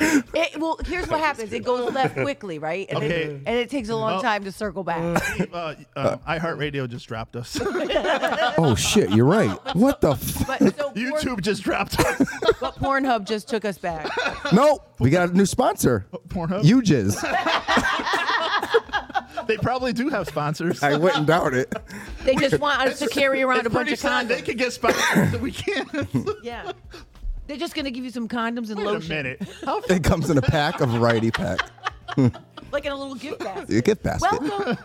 K: It, well, here's what happens. It goes left quickly, right? And,
J: Okay.
K: it, and it takes a long
J: Oh.
K: time to circle back.
J: Uh, uh, iHeartRadio just dropped us.
C: Oh shit, you're right. What the? F-
K: But so Porn,
J: YouTube just dropped us.
K: but Pornhub just took us back.
C: no, we got a new sponsor.
J: Pornhub?
C: You jizz.
J: they probably do have sponsors.
C: I wouldn't doubt it.
K: They just want us to carry around a bunch of
J: Pretty soon
K: condoms.
J: They could get sponsors, so we can't. Wait
K: Yeah. They're just gonna give you some condoms and
J: a
K: lotion,
J: minute.
C: It comes in a pack, a variety pack.
K: like in a little gift basket.
C: You get past it.
K: Welcome.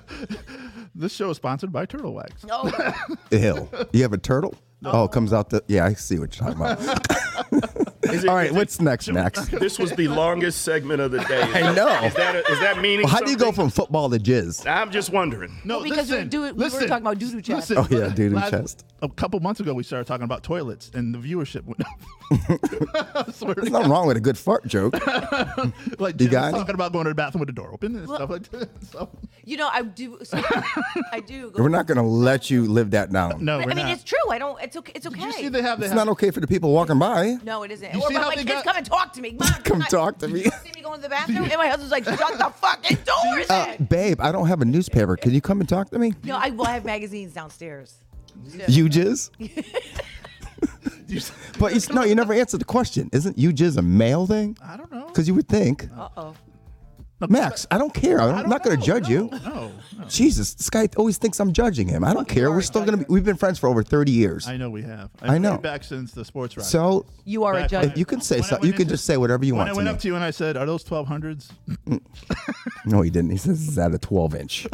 J: This show is sponsored by Turtle Wax.
K: Oh,
C: Ew. You have a turtle? Oh, it comes out the. Yeah, I see what you're talking about.
I: Is it-
C: All right,
I: is it-
C: what's next, Max?
I: This was the longest segment of the day.
C: I know.
I: Is that, a, is that meaning?
C: Well, how do you go
I: something?
C: from football to jizz?
I: I'm just wondering.
J: No,
K: Well, because we
J: listen,
K: do it- we were
J: listen,
K: talking about doo-doo chest.
J: listen.
C: Oh, yeah, doo-doo
J: Last-
C: chest.
J: A couple months ago, we started talking about toilets, and the viewership went up. I swear to
C: There's
J: God.
C: nothing wrong with a good fart joke.
J: Like,
C: You
J: Jim
C: got
J: was
C: it?
J: talking about going to the bathroom with the door open and stuff like that. So,
K: you know I do. So, I do. Go,
C: We're not going to let you live that down.
J: no, we're
K: I mean,
J: not.
K: it's true. I don't. It's okay. It's okay.
J: Did you see they have? They
C: It's
J: have
C: not okay for the people walking by.
K: no, it isn't.
J: You
K: or
J: see
K: my,
J: how
K: my
J: they
K: kids
J: got-
K: come and talk to me. Mom,
C: Come
K: I-
C: talk to
K: did
C: me.
K: You see me going to the bathroom, and my husband's like, "Shut the fucking door!"
C: Uh,
K: Zach."
C: babe, I don't have a newspaper. Can you come and talk to me?
K: no, I will have magazines downstairs.
C: You jizz? but it's, no, you never answered the question. Isn't you jizz a male thing?
J: I don't know.
C: Because you would think.
K: Uh oh.
C: Max, I don't care. I'm
J: I don't
C: not going to
J: know.
C: judge you.
J: No, no, no.
C: Jesus, this guy always thinks I'm judging him. I don't care. We're still going to be, we've been friends for over 30 years.
J: I know we have. I've
C: I
J: been
C: know.
J: back since the sports ride.
C: So
K: You are a
J: Back
K: judge.
J: when I-
C: you can say
J: when I
C: so,
J: went
C: you can
J: into-
C: just say whatever you
J: When
C: want
J: I
C: to
J: went
C: me.
J: up to you and I said, "Are those 1200s?"
C: No, he didn't. He says, is that a 12 inch?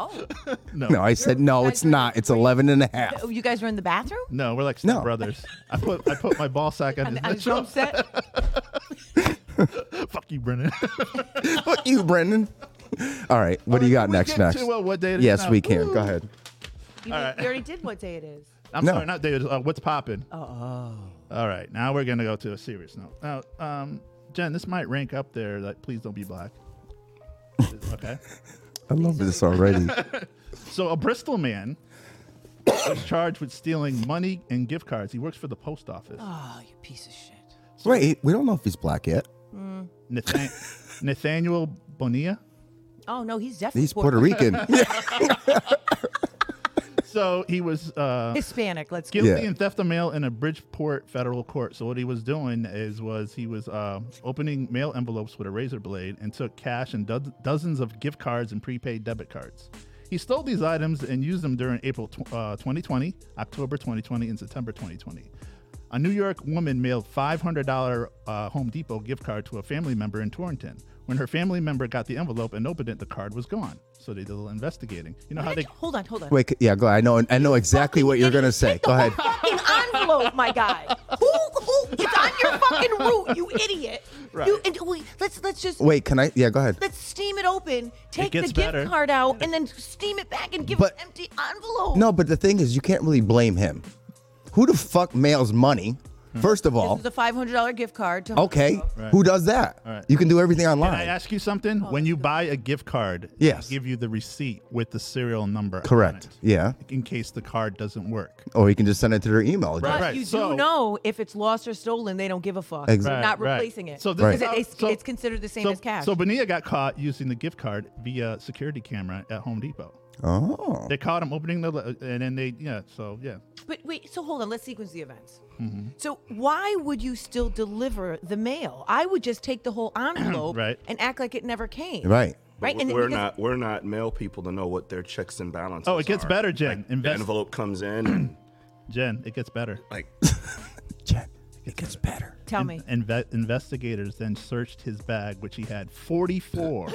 K: Oh.
C: No, I said, no, it's not. It's 11 and a half.
K: oh, you guys were in the bathroom.
J: No, we're like
C: No.
J: no. brothers. I put I put my ball sack on his
K: I was
J: nuts.
K: so upset.
J: Fuck you, Brennan.
C: Fuck you, Brendan. All right, what do you got
J: Can we
C: next?
J: get
C: Next.
J: to, uh, what day it is
C: Yes,
J: now?
C: we can. Go ahead.
K: You, did- you already did what day it is.
J: I'm
C: No.
J: sorry, not David. Uh, what's popping? Oh. All right, now we're gonna go to a serious note. Now, um, Jen, this might rank up there. Like, please don't be black. okay.
C: I love this already.
J: So a Bristol man was charged with stealing money and gift cards. He works for the post office.
K: Oh, you piece of shit.
C: Wait, we don't know if he's black yet.
J: Nathan- Nathaniel Bonilla.
K: Oh no, he's definitely
C: He's Puerto Rican.
J: So he was uh,
K: Hispanic. Let's get
J: guilty in theft of mail in a Bridgeport federal court. So what he was doing is was he was uh, opening mail envelopes with a razor blade and took cash and do- dozens of gift cards and prepaid debit cards. He stole these items and used them during April tw- uh, 2020, October 2020, and September 2020. A New York woman mailed $500 uh, Home Depot gift card to a family member in Torrington. When her family member got the envelope and opened it, the card was gone. So they did a little investigating. You know how they
K: Hold on, hold on.
C: Wait, c- yeah, go. I know. I know exactly what you're gonna say. Go ahead.
K: Fucking envelope, my guy. Who, who? It's on your fucking route, you idiot. You, and we, let's let's just
C: Wait, can I? Yeah, go ahead.
K: let's steam it open. Take the
J: gets
K: gift
J: better.
K: card out and then steam it back and give
C: But-
K: us empty envelope.
C: No, but the thing is, you can't really blame him. Who the fuck mails money?
J: Hmm.
C: First of all,
K: This is a five hundred dollar gift card. To
C: okay, who does that? You can do everything
J: Can I
C: online.
J: ask you something?
K: Oh,
J: when you buy a gift card, they
C: Yes.
J: give you the receipt with the serial number. on
C: Correct.
J: it,
C: Yeah.
J: In case the card doesn't work.
C: Or you can just send it to their email address.
K: But
J: Right,
K: you
J: so-
K: do know if it's lost or stolen, they don't give a fuck.
C: Ex-
K: So
C: Right,
K: They're not
J: right.
K: replacing it.
J: So this
C: Right.
J: is how-
K: It's-
J: so-
K: it's considered the same
J: so-
K: as cash.
J: So Bonilla got caught using the gift card via security camera at Home Depot.
C: Oh.
J: They caught him opening the le- and then they yeah. So yeah.
K: But wait, so hold on, let's sequence the events.
J: Mm-hmm.
K: So why would you still deliver the mail? I would just take the whole envelope
J: Right.
K: and act like it never came.
C: Right.
K: Right?
I: We're,
K: then
I: we're
K: because-
I: not we're not male people to know what their checks and balances.
J: Oh, it gets
I: are.
J: better, Jen.
I: Like, the
J: Invest,
I: envelope comes in, and,
J: Jen. It gets better.
I: like
C: Jen, it gets better.
K: Tell me.
J: Inve- investigators then searched his bag, which he had 44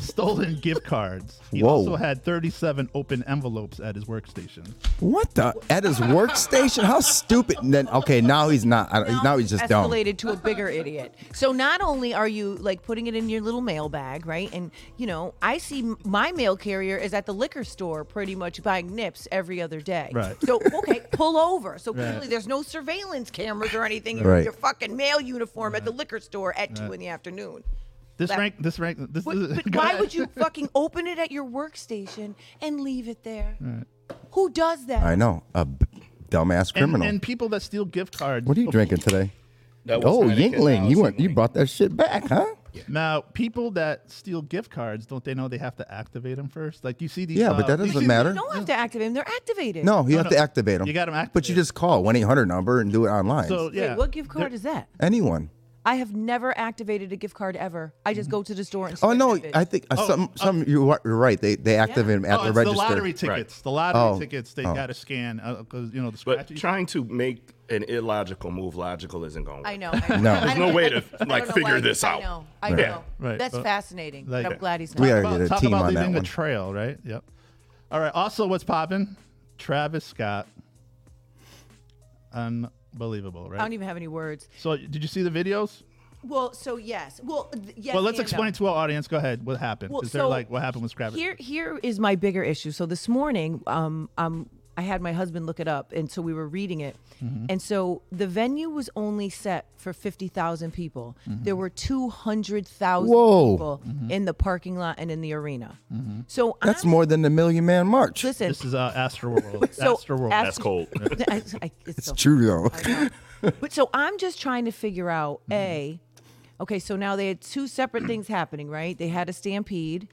J: stolen gift cards. He
C: Whoa.
J: also had 37 open envelopes at his workstation.
C: What the? At his workstation? How stupid. And then, okay, now he's not. I, now, now he's just dumb.
K: escalated to a bigger idiot. So not only are you like putting it in your little mail bag, right? And you know, I see m- my mail carrier is at the liquor store pretty much buying nips every other day.
J: Right.
K: So okay, pull over. So clearly there's no surveillance cameras or anything. You're in
C: Right.
K: your fucking mail uniform at the liquor store at two in the afternoon.
J: This
K: That-
J: rank, this rank, this
K: But,
J: is.
K: but
J: go
K: why
J: ahead.
K: would you fucking open it at your workstation and leave it there? Who does that?
C: I know. A b- dumbass
J: And,
C: criminal.
J: and people that steal gift cards. Oh,
C: what are you drinking today?
I: that was
C: Oh,
I: Heineken, now
C: Yingling.
I: it's
C: You went. You
I: Yingling.
C: brought that shit back, huh?
J: Now, people that steal gift cards, don't they know they have to activate them first? Like you see these.
C: Yeah,
J: uh,
C: but that
J: you
C: doesn't
J: see-
K: You
C: matter.
K: don't have to activate them. They're activated.
C: No, you
J: No,
C: have
J: no.
C: to activate them.
J: You gotta 'em
C: But you
J: activated.
C: just call 1 800 number and do it online.
J: So
K: Wait,
J: yeah.
K: what gift card is that?
C: Anyone.
K: I have never activated a gift card ever. I just go to the store and.
C: Oh no,
K: swipe it.
C: I think uh, some some you are, you're right. They they activate them at
J: Oh,
C: the
J: it's
C: register.
J: the lottery tickets. The lottery
C: Oh.
J: tickets. They
C: Oh.
J: got to scan because you know the
I: But
J: scratch.
I: trying to make an illogical move logical isn't going.
K: I know. I know.
C: No.
K: I
C: There's
K: don't-
I: no way
K: I-
I: to,
K: I
I: like,
K: don't know
I: figure
K: why.
I: this
K: I
I: out.
K: know. I
I: Right.
K: know.
J: Right,
K: That's
J: but-
K: fascinating.
J: Like-
K: I'm glad he's not.
C: We are
J: Well,
C: get a
J: talk
C: team
J: about
C: on that
J: leaving a
C: one.
J: trail, right? Yep. All right. Also, what's popping? Travis Scott. Unbelievable,
K: I don't
J: right?
K: even have any words.
J: So, did you see the videos?
K: Well, so yes. Well, th- yes.
J: well, let's
K: and
J: explain
K: no.
J: to our audience. Go ahead. What happened?
K: Well,
J: Is there
K: so
J: like what happened with Travis?
K: Here, here is my bigger issue. So this morning, um, um, I had my husband look it up, and so we were reading it,
J: Mm-hmm.
K: and so the venue was only set for fifty thousand people.
J: Mm-hmm.
K: There were two hundred thousand
C: Whoa.
K: people in the parking lot and in the arena. So
C: That's
K: I'm,
C: more than the Million Man March.
K: Listen,
J: Mm-hmm. This is uh, Astroworld.
K: so
J: Astroworld.
K: as-
I: That's cold.
K: I- I- it's
C: It's
K: so-
C: true though.
K: But so I'm just trying to figure out
C: Mm-hmm.
K: a. Okay, so now they had two separate things happening, right? They had a stampede,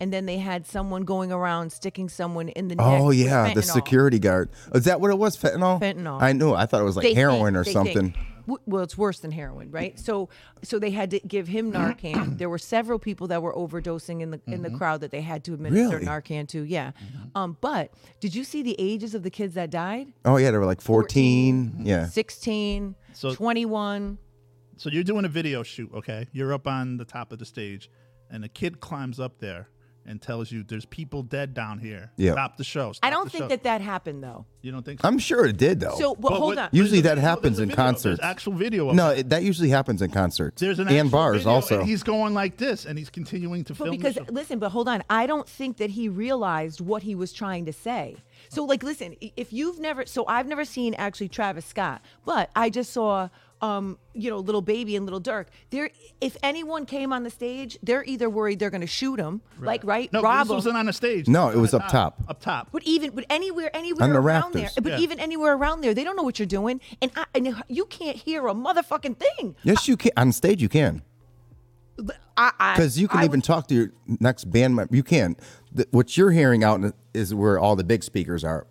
K: and then they had someone going around sticking someone in the neck.
C: Mm-hmm. Oh
K: with
C: yeah, the
K: fentanyl.
C: security guard. Is that what it was? Fentanyl.
K: Fentanyl.
C: I knew. I thought it was like
K: They
C: heroin
K: think-
C: or
K: they
C: something.
K: think. W- Well, it's worse than heroin, right? So, so they had to give him Narcan. there were several people that were overdosing in the in the crowd that they had to administer
C: Mm-hmm. Really? Mm-hmm.
K: Narcan to. Yeah, um, but did you see the ages of the kids that died?
C: Oh yeah, they were like 14. Yeah.
K: 16,
J: So-
K: 21.
J: So you're doing a video shoot, okay? You're up on the top of the stage, and a kid climbs up there and tells you, "There's people dead down here.
C: Yeah.
J: Stop the show."
K: I
J: stop
K: don't
J: the
K: think
J: show."
K: that that happened though.
J: you don't think so.
C: I'm sure it did though.
K: So, but,
J: But
K: hold
J: what-
K: on.
C: usually
J: There's
C: that
J: a video-
C: happens
J: there's a
C: in
J: video. There's
C: concerts.
J: actual video. Of
C: No,
J: it.
C: it, that usually happens in concerts.
J: there's an
C: and
J: actual
C: bars
J: video,
C: also.
J: And he's going like this, and he's continuing to
K: But
J: film. the
K: because
J: show.
K: listen, but hold on. I don't think that he realized what he was trying to say. So like, listen, i- if you've never, so I've never seen actually Travis Scott, but I just saw, um, you know, Little Baby and Little Dirk. There, if anyone came on the stage, they're either worried they're going to shoot them, like right,
J: No,
K: rob
J: this wasn't
K: 'em.
J: on a stage.
C: No,
J: This
C: it
J: was
C: was
J: on
C: up top.
J: Up top.
K: But even but anywhere anywhere
C: On the
K: around
C: rafters.
K: there, but
J: Yeah.
K: even anywhere around there, they don't know what you're doing, and I, and you can't hear a motherfucking thing.
C: Yes, you can. On stage, you can.
K: I I-
C: Because you can
K: I
C: even talk to your next band member. You can. The, what you're hearing out in- is where all the big speakers are.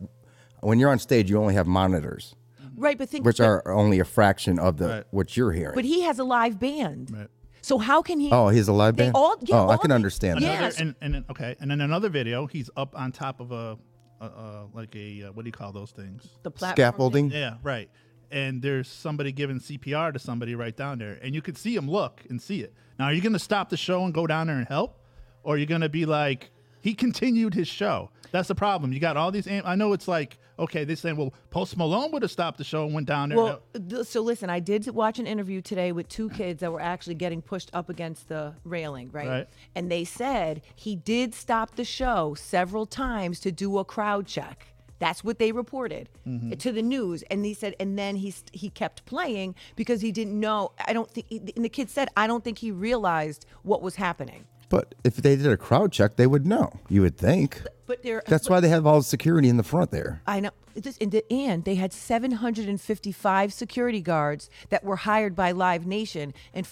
C: When you're on stage, you only have monitors,
J: Mm.
K: right, but think
C: which are only a fraction of the
J: Right.
C: what you're hearing.
K: But he has a live band. So how can he?
C: oh, he's a live
K: They
C: band.
K: all- yeah,
C: oh, I
K: all
C: can
K: the-
C: understand
K: Yeah.
C: that.
J: Another-
K: Yes.
J: And, and then- okay, and then another video, he's up on top of a, a, a like a uh, what do you call those things?
K: the platform
C: Scaffolding.
J: Yeah, right. And there's somebody giving CPR to somebody right down there, and you could see him look and see it. Now, are you going to stop the show and go down there and help, or are you going to be like he continued his show? That's the problem. You got all these. am- I know it's like okay, they're saying, well, Post Malone would have stopped the show and went down there. and
K: Well,
J: helped.
K: th- so listen, I did watch an interview today with two kids that were actually getting pushed up against the railing, right?
J: Right.
K: And they said he did stop the show several times to do a crowd check. That's what they reported
J: Mm-hmm.
K: to the news, and they said, and then he st- he kept playing because he didn't know. I don't think, and the kid said, I don't think he realized what was happening.
C: But if they did a crowd check, they would know. You would think.
K: But there,
C: That's why they have all the security in the front there.
K: I know. This, and, the- and they had 755 security guards that were hired by Live Nation and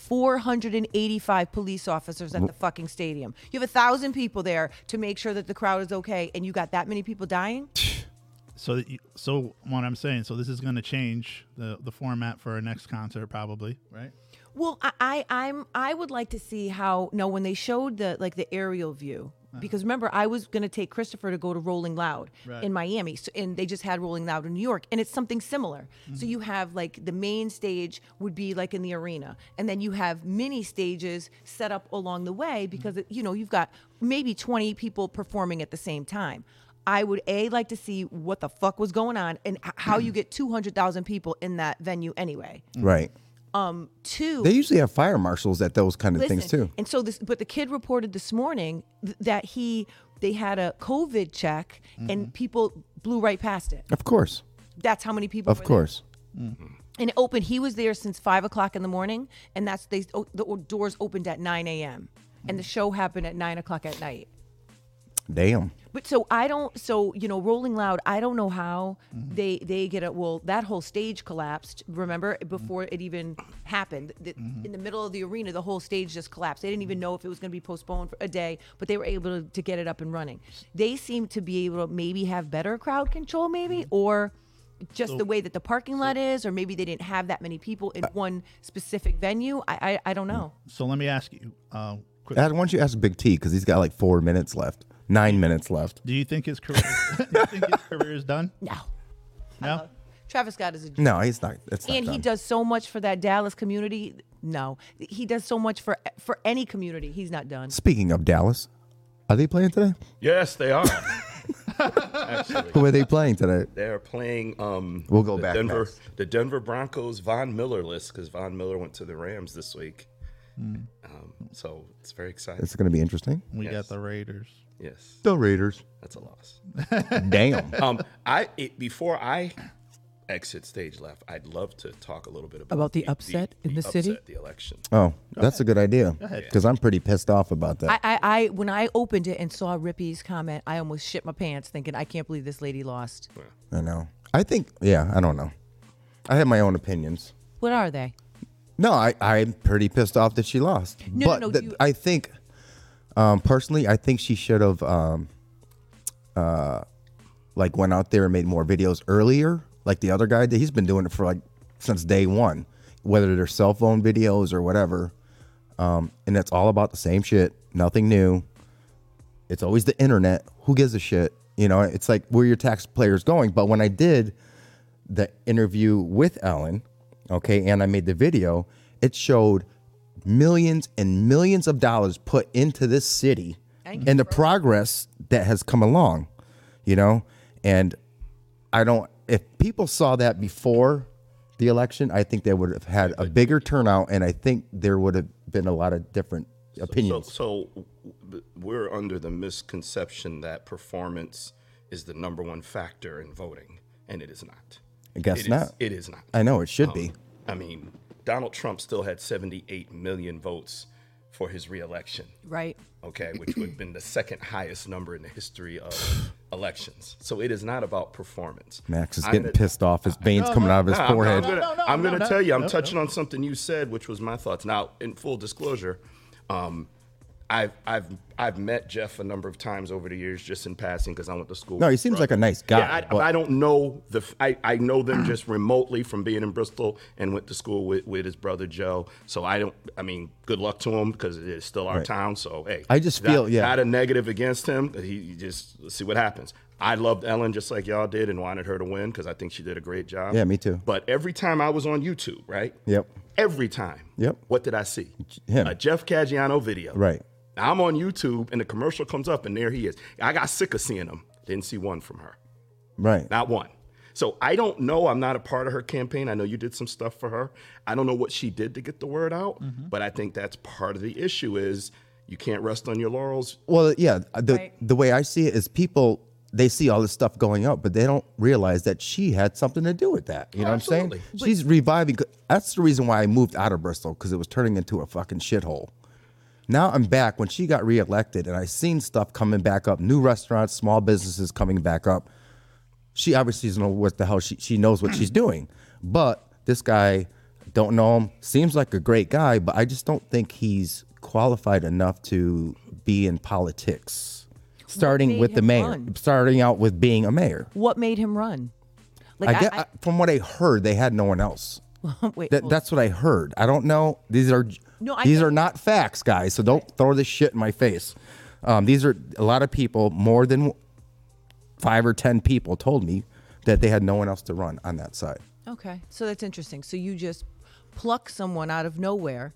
K: 485 police officers at the fucking stadium. You have a thousand people there to make sure that the crowd is okay, and you got that many people dying?
J: so that you, so what I'm saying, so this is going to change the the format for our next concert, probably, right?
K: Well, I, I I'm I would like to see how no when they showed the like the aerial view because remember I was gonna take Christopher to go to Rolling Loud in Miami so, and they just had Rolling Loud in New York and it's something similar. So you have like the main stage would be like in the arena and then you have mini stages set up along the way because it, you know you've got maybe 20 people performing at the same time. I would a like to see what the fuck was going on and h- how you get 200,000 people in that venue anyway.
C: Right.
K: Um, two.
C: They usually have fire marshals at those kind of
K: Listen,
C: things too.
K: And so this, but the kid reported this morning th- that he they had a COVID check and people blew right past it.
C: Of course.
K: That's how many people.
C: Of
K: were there.
C: course.
K: And it opened. He was there since five o'clock in the morning, and that's they o- the o- doors opened at nine a.m. and
C: Mm.
K: the show happened at nine o'clock at night.
C: Damn.
K: But so I don't. So you know, Rolling Loud. I don't know how they they get it. Well, that whole stage collapsed. Remember before it even happened, The- in the middle of the arena, the whole stage just collapsed. They didn't even know if it was going to be postponed for a day, but they were able to, to get it up and running. They seem to be able to maybe have better crowd control, maybe or. Just the way that the parking lot is, or maybe they didn't have that many people in one specific venue. I I, I don't know.
J: So let me ask you, uh, quick,
C: Adam, why don't you ask Big T because he's got like four minutes left, nine minutes left.
J: do you think his career? do you think his career is done?
K: No,
J: No.
K: Travis Scott is a
C: No, he's not. It's not
K: and he
C: done.
K: does so much for that Dallas community. No, he does so much for for any community. He's not done.
C: Speaking of Dallas, are they playing today?
I: Yes, they are. Actually,
C: Who are they playing today?
I: they're playing. Um,
C: We'll go
I: the
C: back
I: Denver,
C: next.
I: the Denver Broncos Von Miller list because Von Miller went to the Rams this week. Um, so it's very exciting.
C: Hmm. It's going to be interesting.
J: We got the Raiders.
I: yes,
C: The Raiders.
I: that's a loss.
C: Damn.
I: Um, I it, before I exit stage left, I'd love to talk a little bit about
K: About the upset in the city?
I: the election.
C: Oh, that's a good idea because I'm pretty pissed off about that.
K: I, I, I when I opened it and saw Rippy's comment, I almost shit my pants, thinking I can't believe this lady lost.
C: I, know. I think, yeah, I don't know. I have my own opinions.
K: What are they?
C: No, I, I'm pretty pissed off that she lost.
K: No,
C: but
K: no, no,
C: th-
K: you-
C: I think, um, personally, I think she should have, um, uh, like, went out there and made more videos earlier, like the other guy did. He's been doing it for like since day one, whether they're cell phone videos or whatever. Um, and it's all about the same shit, nothing new. It's always the internet. Who gives a shit? You know, it's like where your taxpayers going. But when I did the interview with Ellen, okay, and I made the video, it showed millions and millions of dollars put into this city and the progress that has come along, you know? And I don't, if people saw that before the election, I think they would have had a bigger turnout and I think there would have been a lot of different
I: So,
C: opinions.
I: so w- we're under the misconception that performance is the number one factor in voting, and it is not.
C: I guess
I: It is-
C: not.
I: it is not.
C: I know, it should
I: Um,
C: be.
I: I mean, Donald Trump still had 78 million votes for his reelection.
K: Right.
I: Okay, which would have been the second highest number in the history of elections. So it is not about performance.
C: Max is
I: I'm
C: getting
I: gonna-
C: pissed off. His veins coming out of his
I: Nah, I'm-
C: forehead.
I: I'm gonna, I'm gonna
J: no,
I: tell you, I'm
J: no,
I: touching on something you said, which was my thoughts. Now, in full disclosure, um, I've I've I've met Jeff a number of times over the years, just in passing, because I went to school.
C: No, he
I: with
C: seems
I: Russ.
C: like a nice guy,
I: Yeah, I,
C: but-
I: I don't know the. f- I, I know them just remotely from being in Bristol and went to school with, with his brother Joe. So I don't. I mean, good luck to him because it is still our
C: Right.
I: town. So hey,
C: I just
I: not-
C: feel- yeah.
I: not a negative against him. He you just let's see what happens. I loved Ellen just like y'all did and wanted her to win because I think she did a great job.
C: Yeah, me too.
I: But every time I was on YouTube, right?
C: Yep.
I: Every time.
C: Yep.
I: What did I see?
C: him.
I: A Jeff Caggiano video.
C: Right.
I: Now, I'm on YouTube and the commercial comes up and there he is. I got sick of seeing him. Didn't see one from her.
C: Right.
I: Not one. So I don't know. I'm not a part of her campaign. I know you did some stuff for her. I don't know what she did to get the word out,
C: Mm-hmm.
I: but I think that's part of the issue is you can't rest on your laurels.
C: Well, yeah. The the way I see it is people they see all this stuff going up, but they don't realize that she had something to do with that. You know what I'm saying?
I: absolutely.
C: She's reviving. That's the reason why I moved out of Bristol because it was turning into a fucking shithole. Now I'm back when she got reelected, and I seen stuff coming back up, new restaurants, small businesses coming back up. She obviously doesn't know what the hell she she knows what she's doing, but this guy, don't know him, seems like a great guy, but I just don't think he's qualified enough to be in politics. Starting
K: made
C: with the
K: him
C: mayor,
K: run?
C: starting out with being a mayor.
K: What made him run?
C: I, get, I- from what I heard, they had no one else.
K: wait,
C: That,
K: hold-
C: that's what I heard. I don't know. These are
K: No, I
C: these
K: get-
C: are not facts, guys. So don't throw this shit in my face. Um, these are a lot of people. More than five or ten people told me that they had no one else to run on that side.
K: Okay, so that's interesting. So you just pluck someone out of nowhere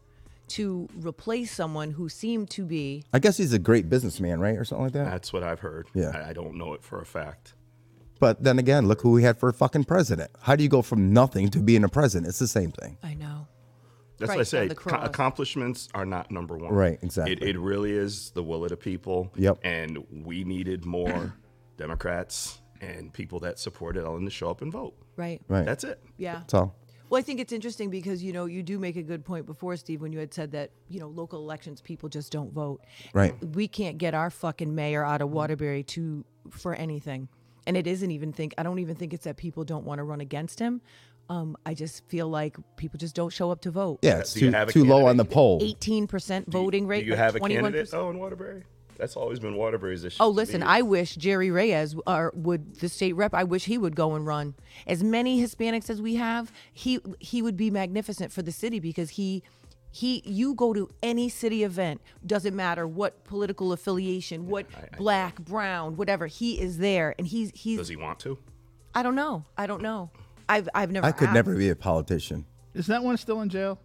K: to replace someone who seemed to be
C: I guess he's a great businessman, right, or something like that.
I: That's what I've heard.
C: Yeah.
I: I, I don't know it for a fact.
C: But then again, look who we had for fucking president. How do you go from nothing to being a president? It's the same thing.
K: I know.
I: That's
K: Right,
I: what I
K: on
I: say.
K: the
I: co-
K: cross.
I: accomplishments are not number one.
C: Right, exactly.
I: It, it really is the will of the people.
C: Yep.
I: And we needed more Democrats and people that supported Ellen to show up and vote.
K: Right.
C: Right.
I: That's it.
K: Yeah.
C: That's all.
K: Well, I think it's interesting because you know you do make a good point before Steve when you had said that you know local elections people just don't vote.
C: Right.
K: We can't get our fucking mayor out of Waterbury to for anything, and it isn't even think I don't even think it's that people don't want to run against him. Um, I just feel like people just don't show up to vote.
C: Yeah, it's
I: Do you
C: too,
I: have a
C: too low on the
I: candidate?
C: poll.
K: Eighteen percent voting rate.
I: Do you
K: like
I: have a
K: 21%.
I: candidate though in Waterbury? That's always been Waterbury's issue.
K: Oh,
I: to
K: listen,
I: me.
K: I wish Jerry Reyes or would the state rep, I wish he would go and run. As many Hispanics as we have, he he would be magnificent for the city because he he you go to any city event, doesn't matter what political affiliation, what black, brown, whatever, he is there and he's he's
I: Does he want to?
K: I don't know. I don't know. I've I've never
C: I could
K: asked.
J: e-
C: never be a politician.
J: Is that one still in jail?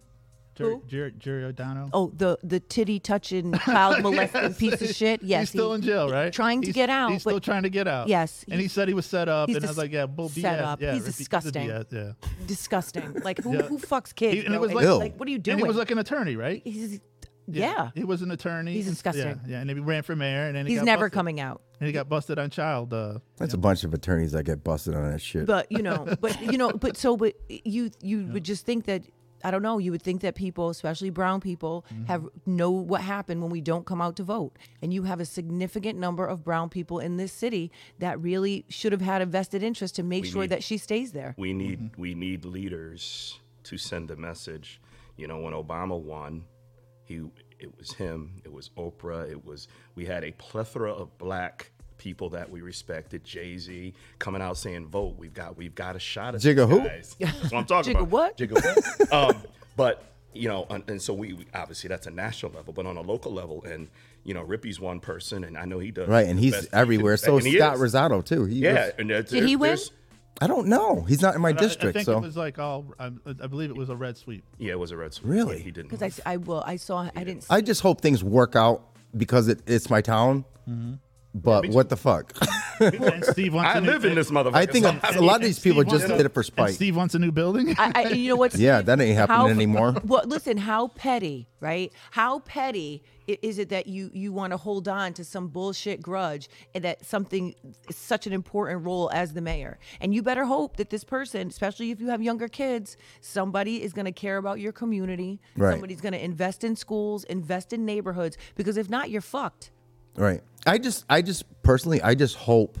J: Jerry,
K: Who?
J: Jerry, Jerry O'Donnell.
K: Oh, the the titty touching child molesting
J: Yes.
K: piece of shit. Yes,
J: he's still
K: he-
J: in jail, right?
K: Trying to
J: He's-
K: get out.
J: He's still
K: but
J: trying to get out.
K: Yes,
J: And he
K: he's-
J: said he was set up,
K: he's
J: and I was
K: dis-
J: like, yeah, bull
K: set
J: BS.
K: up.
J: Yeah,
K: He's
J: repeat- a
K: disgusting.
J: BS, yeah.
K: disgusting. Like who,
J: Yeah.
K: who fucks kids?
J: He- and
K: bro?
J: it was
K: Like-
J: like-
K: like, what are you doing?
J: And he was like an attorney, right?
K: He's
J: Yeah.
K: yeah.
J: He was an attorney.
K: He's
J: and-
K: disgusting.
J: Yeah, yeah. And then he ran for mayor, and then he
K: He's
J: got
K: never
J: busted.
K: coming out.
J: And he got busted on child. Uh,
C: That's a bunch of attorneys that get busted on that shit.
K: But you know, but you know, but so but you you would just think that I don't know, you would think that people, especially brown people, have know what happened when we don't come out to vote. And you have a significant number of brown people in this city that really should have had a vested interest to make sure
I: need-
K: that she stays there.
I: We need
C: Mm-hmm.
I: we need leaders to send a message. You know, when Obama won, he it was him, it was Oprah, it was we had a plethora of black people that we respected. Jay Z coming out saying, "Vote, we've got we've got a shot at
C: Jigga
I: these
C: who?
I: guys." That's what I'm talking
K: Jigga
I: about.
K: what?
I: Jigga what? um, but you know, and, and so we, we obviously that's a national level, but on a local level, and you know, Rippy's one person, and I know he does
C: right,
I: the
C: and he's
I: best he can-
C: everywhere. So
I: and
C: is
I: he
C: Scott
I: is.
C: Rosado too. He
I: Yeah,
C: was-
I: and that's-
K: Did he win?
I: there's-
C: I don't know. He's not in my
J: but I- I,
C: district,
J: think
C: so
J: it was like all. I, I believe it was a red sweep.
I: Yeah, it was a red sweep.
C: Really?
I: Yeah, he didn't.
K: Because I, I well I saw I didn't see
C: I
K: Mm-hmm.
C: just hope things work out because it, it's my town. But what the fuck?
J: and Steve wants
I: I
J: a new-
I: live in this motherfucker.
C: I think a- a lot of these
J: Steve
C: people
J: wants
C: just
J: a-
C: did it for
J: and
C: spite.
J: Steve wants a new building.
K: I, I, you know what?
C: Yeah, that ain't happening
K: How-
C: anymore.
K: Well, listen, how petty, right? How petty i- is it that you you want to hold on to some bullshit grudge and that something is such an important role as the mayor? And you better hope that this person, especially if you have younger kids, somebody is going to care about your community.
C: Right.
K: Somebody's going to invest in schools, invest in neighborhoods, because if not, you're fucked.
C: Right. I just, I just personally, I just hope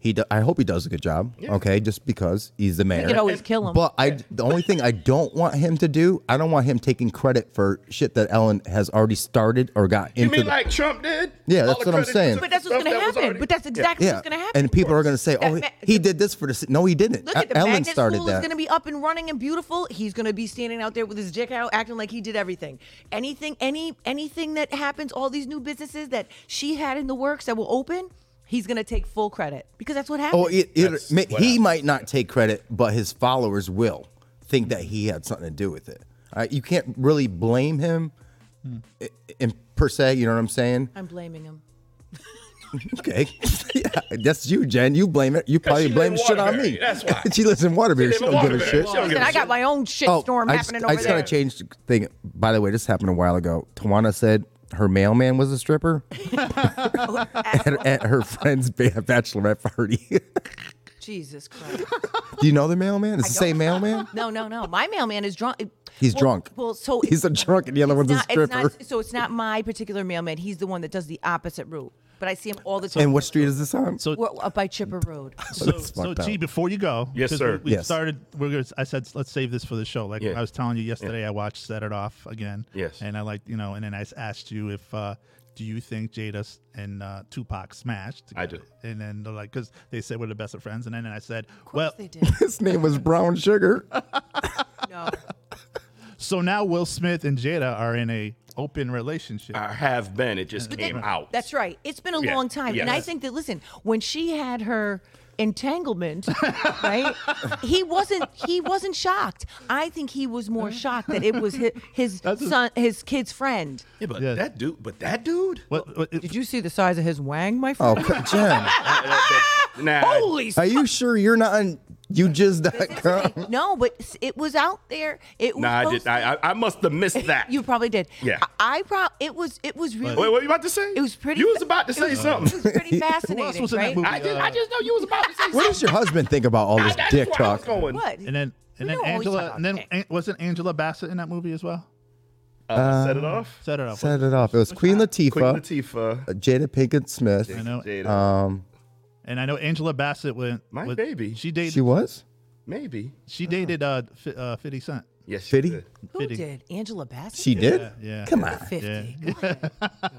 C: he. Do, I hope he does a good job. Okay, just because he's the mayor.
K: could always kill him.
C: But I, the only thing I don't want him to do, I don't want him taking credit for shit that Ellen has already started or got
I: You
C: into.
I: mean
C: the-
I: like Trump did?
C: Yeah,
I: All
C: that's
I: the
C: what I'm
I: credit
C: saying.
I: to
K: But that's what's
I: stuff
K: going to
I: that was
K: happen.
I: already-
K: But that's exactly
C: yeah,
K: what's going to happen.
C: and people are going to say,
K: That
C: "Oh, he,
K: ma-
C: he did this for the ci-" no, he didn't.
K: Look at the
C: E- Ellen
K: magnet
C: started
K: school is
C: that."
K: going to be up and running and beautiful. He's going to be standing out there with his dick out, acting like he did everything. Anything, any, anything that happens, all these new businesses that she had in the works that will open, he's going to take full credit because that's what happened.
C: Oh, it, it, ma-
I: what
C: he
I: happened.
C: might not take credit, but his followers will think that he had something to do with it. All right, you can't really blame him,
K: Hmm.
C: i in per se. You know what I'm saying?
K: I'm blaming him.
C: Okay, yeah, that's you, Jen. You blame it. You probably
I: she
C: blame
I: live in
C: shit on
I: Waterbury,
C: me.
I: that's why.
C: she lives in Waterbury.
I: live
C: She,
I: in
C: don't give a
I: Waterbury.
C: shit.
I: She don't give
K: Listen,
I: a
K: I got
I: shit.
K: my own shit storm
C: Oh, I
K: happening
C: just,
K: over
C: I just
K: there.
C: gotta change the thing. By the way, this happened a while ago. Tawana said her mailman was a stripper at, at her friend's ba- bachelorette party.
K: Jesus Christ.
C: Do you know the mailman? It's the same mailman.
K: No, no, no. My mailman is drunk.
C: He's
K: Well-
C: drunk.
K: Well, so
C: He's a drunk and the other one's
K: it's
C: a
K: not- it's not-
C: stripper.
K: so it's not my particular mailman. He's the one that does the opposite route. But I see him all the time.
C: And what street is this on?
J: So-
K: We're up by Chipper Road.
J: So,
C: That's
J: so
C: fucked up.
J: T, before you go,
I: Yes,
J: 'cause
I: sir.
J: We, we
C: Yes.
J: started. We're gonna, I said let's save this for the show. Like
I: Yeah.
J: I was telling you yesterday, I watched Set It Off again.
I: Yes.
J: And I like you know, and then I s- asked you if uh, do you think Jada s- and uh, Tupac smashed?
I: I do.
J: And then they're like, because they said we're the best of friends, and then I said, well,
K: they did.
C: His name was Brown Sugar.
K: No.
J: so now Will Smith and Jada are in a open relationship.
I: I have been. It just came
K: that-
I: out.
K: That's right. It's been a
I: Yeah,
K: long time. And I
I: yes.
K: think that, listen, when she had her entanglement right he wasn't he wasn't shocked i think he was more shocked that it was his, his
J: a-
K: son his kid's friend
I: Yeah, but
J: Yeah.
I: that dude. But that dude.
J: What, what,
K: did you see the size of his wang my
C: Oh,
K: friend
C: c- Jen,
I: Nah.
K: holy
C: are you sure you're not on
K: Hey,
C: youjizz.com?
K: no, but s- it was out there. It was
I: Nah, I did.
K: posted.
I: I, I, I must have missed that.
K: you probably did.
I: Yeah.
K: I, I prob it was it was really
I: Wait, what you about to say?
K: it was pretty
I: You was
K: fa-
I: about to
K: it
I: say
K: was-
I: something.
K: It was pretty fascinating,
J: else was in that
K: right?
J: movie?
I: I just, I just know you was about to say something.
C: What does your husband think about all this
I: I, that's
C: dick
I: where I was
C: talk?
I: going.
K: What?
J: and then and
K: We
J: then
K: don't always talk
J: Angela
K: about
J: and then
K: that.
J: An- wasn't Angela Bassett in that movie as well?
I: Uh, set it off.
J: Set it up.
C: Set it off. It was Queen Latifah,
I: Queen Latifah.
C: uh, Jada Pinkett Smith.
J: I know.
I: Jada.
C: Um,
J: And I know Angela Bassett went.
I: My
J: was-
I: baby.
J: She dated.
C: she was.
I: Maybe.
K: Uh-huh.
J: She dated uh, fi uh 50 Cent.
I: Yes.
C: Fifty?
I: she did.
K: Who
J: 50.
K: did Angela Bassett?
C: She did.
J: Yeah.
C: Come on.
K: fifty.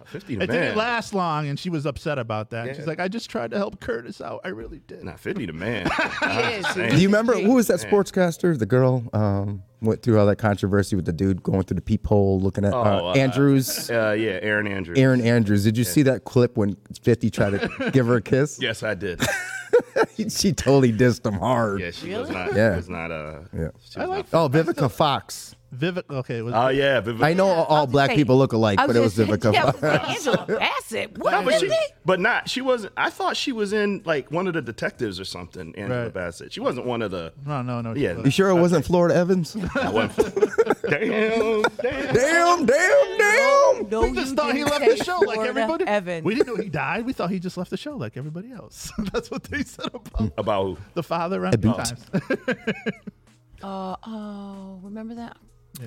I: Fifty. The
J: It
I: man.
J: didn't last long, and she was upset about that.
I: Yeah.
J: She's like, "I just tried to help Curtis out. I really did."
I: Nah, fifty. The man. Uh,
C: Do you remember who was that sportscaster? The girl um, went through all that controversy with the dude going through the peephole, looking at uh,
I: Oh, uh,
C: Andrews.
I: Uh, yeah, Aaron Andrews.
C: Aaron Andrews. Did you see that clip when Fifty tried to give her a kiss?
I: Yes, I did.
C: she totally dissed him hard.
I: Yeah, she was not.
C: Yeah.
I: She was not. Uh.
C: Yeah.
I: She was not.
C: Oh, Vivica Fox.
J: Vivic. Okay. Was,
I: Oh yeah. Vivica.
C: I know all, all black
K: say-
C: people look alike,
K: I
C: but it was
K: just-
C: Vivica
K: yeah, I
C: Fox.
K: was like, Angela Bassett. What?
I: No, but she,
K: really?
I: but not. She wasn't. I thought she was in like one of the detectives or something. Angela
J: Right.
I: Bassett. She wasn't one of the.
J: no, no, no.
I: Yeah.
C: You sure it wasn't Florida Evans?
I: that one- damn. Damn.
C: damn, damn, damn.
K: No,
J: We just
K: Oh, you
J: thought he
K: didn't
J: left the
K: say
J: show like
K: Florida
J: everybody.
K: Evans.
J: We didn't know he died. We thought he just left the show like everybody else. That's what they said about
I: About who?
J: the father. and
C: boot.
J: times.
K: Uh, oh, remember that?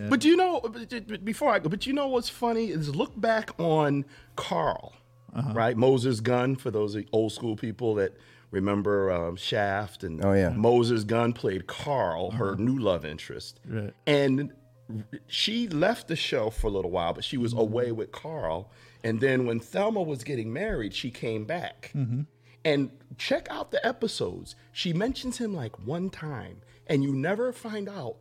I: But you know, but- but before I go, but you know what's funny is look back on Carl, right? Moses Gunn for those old school people that remember um, Shaft and
C: Oh, yeah.
I: Moses Gunn played Carl, her new love interest,
J: Right.
I: and she left the show for a little while, but she was away with Carl, and then when Thelma was getting married, she came back. And check out the episodes. She mentions him like one time, and you never find out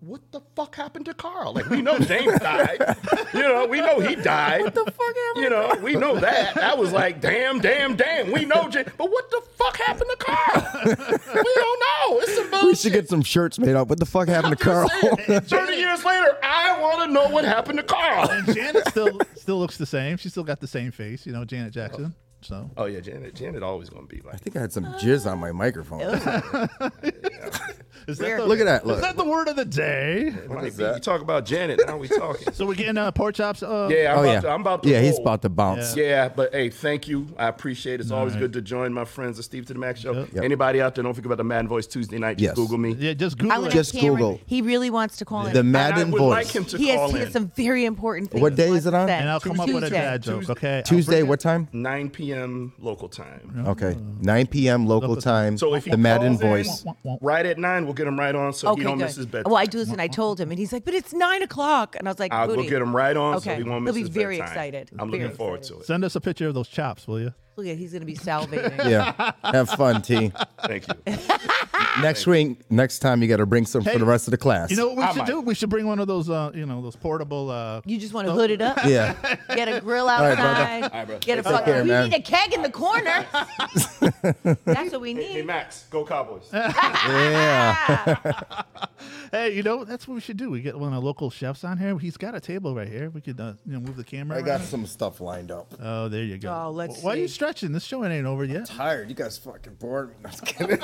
I: what the fuck happened to Carl? Like we know James died. You know, we know he died. What the fuck happened? You know, we know that. That was like damn, damn, damn. We know James, but what the fuck happened to Carl? we don't know. It's some
C: We
I: bullshit.
C: should get some shirts made up. What the fuck happened to Carl?
I: Thirty years later, I want to know what happened to Carl.
J: Janet still still looks the same. She still got the same face. You know, Janet Jackson. So
I: Oh yeah, Janet. Janet always gonna be like.
C: I think I had some jizz on my microphone.
J: is
I: Weird.
J: the-
I: Look at that,
J: Is
I: look.
J: that the word of the day?
I: What is that? You talk about Janet. Now we talking.
J: So we're getting uh, pork chops. Uh,
I: Yeah, I'm,
J: oh,
I: about
J: yeah.
I: To, I'm about to.
C: Yeah, he's
I: roll.
C: about to bounce.
I: Yeah. but hey, thank you. I appreciate it. It's always good
J: Alright.
I: to join my friends at Steve to the Max Show.
C: Yep.
I: Anybody out there, don't forget about the Madden Voice Tuesday night. Just
C: Yes.
I: Google me.
J: Yeah, just
K: I would
C: Just
K: ask Cameron.
C: Google.
K: He really wants to call in.
C: The Madden
I: I would
C: voice.
I: like him to
K: he
I: call
K: has, he
I: in.
K: has some very important things.
C: What
K: he
C: day
K: wants
C: is it
K: to
C: on?
K: say.
J: And I'll come up with a
K: Tuesday.
J: dad joke, okay? I'll
C: Tuesday,
J: bring it.
C: what time?
I: 9 p.m. local time.
C: Okay, 9 p.m. local time.
I: So if he
C: the Madden
I: calls in
C: voice.
I: right at nine, we'll get him right on so
K: Okay,
I: he don't
K: good.
I: miss his bedtime.
K: Well, I do this, and I told him, and he's like, "But it's nine o'clock," and I was like,
I: I'll go
K: "Booty."
I: get him right on so
K: Okay.
I: he won't
K: He'll
I: miss
K: be
I: his
K: very
I: bedtime.
K: excited.
I: I'm
K: Very
I: looking forward to it.
J: Send us a picture of those chops, will you?
K: Look at he's gonna be salivating.
C: Yeah, have fun, T.
I: Thank you.
C: Next week, next time you got to bring some
J: Hey,
C: for the rest of the class.
J: You know what we
I: I
J: should
I: might.
J: do? We should bring one of those, uh, you know, those portable. Uh,
K: You just want to hood it up,
C: yeah.
K: get a grill
C: right, brother.
K: outside, get a
C: Take
K: fucking.
C: care,
K: we
C: man.
K: need a keg in the corner. That's what we
I: Hey,
K: need. Ah.
I: Max, go Cowboys.
C: yeah.
J: hey, you know, that's what we should do. We get one of the local chefs on here. He's got a table right here. We could, uh, you know, move the camera.
C: I got
J: around.
C: some stuff lined up.
J: Oh, there you go.
K: Oh, let's
J: Why are you
K: see.
J: stretching? This show ain't over yet.
C: Tired. You guys fucking bored me. I'm just kidding.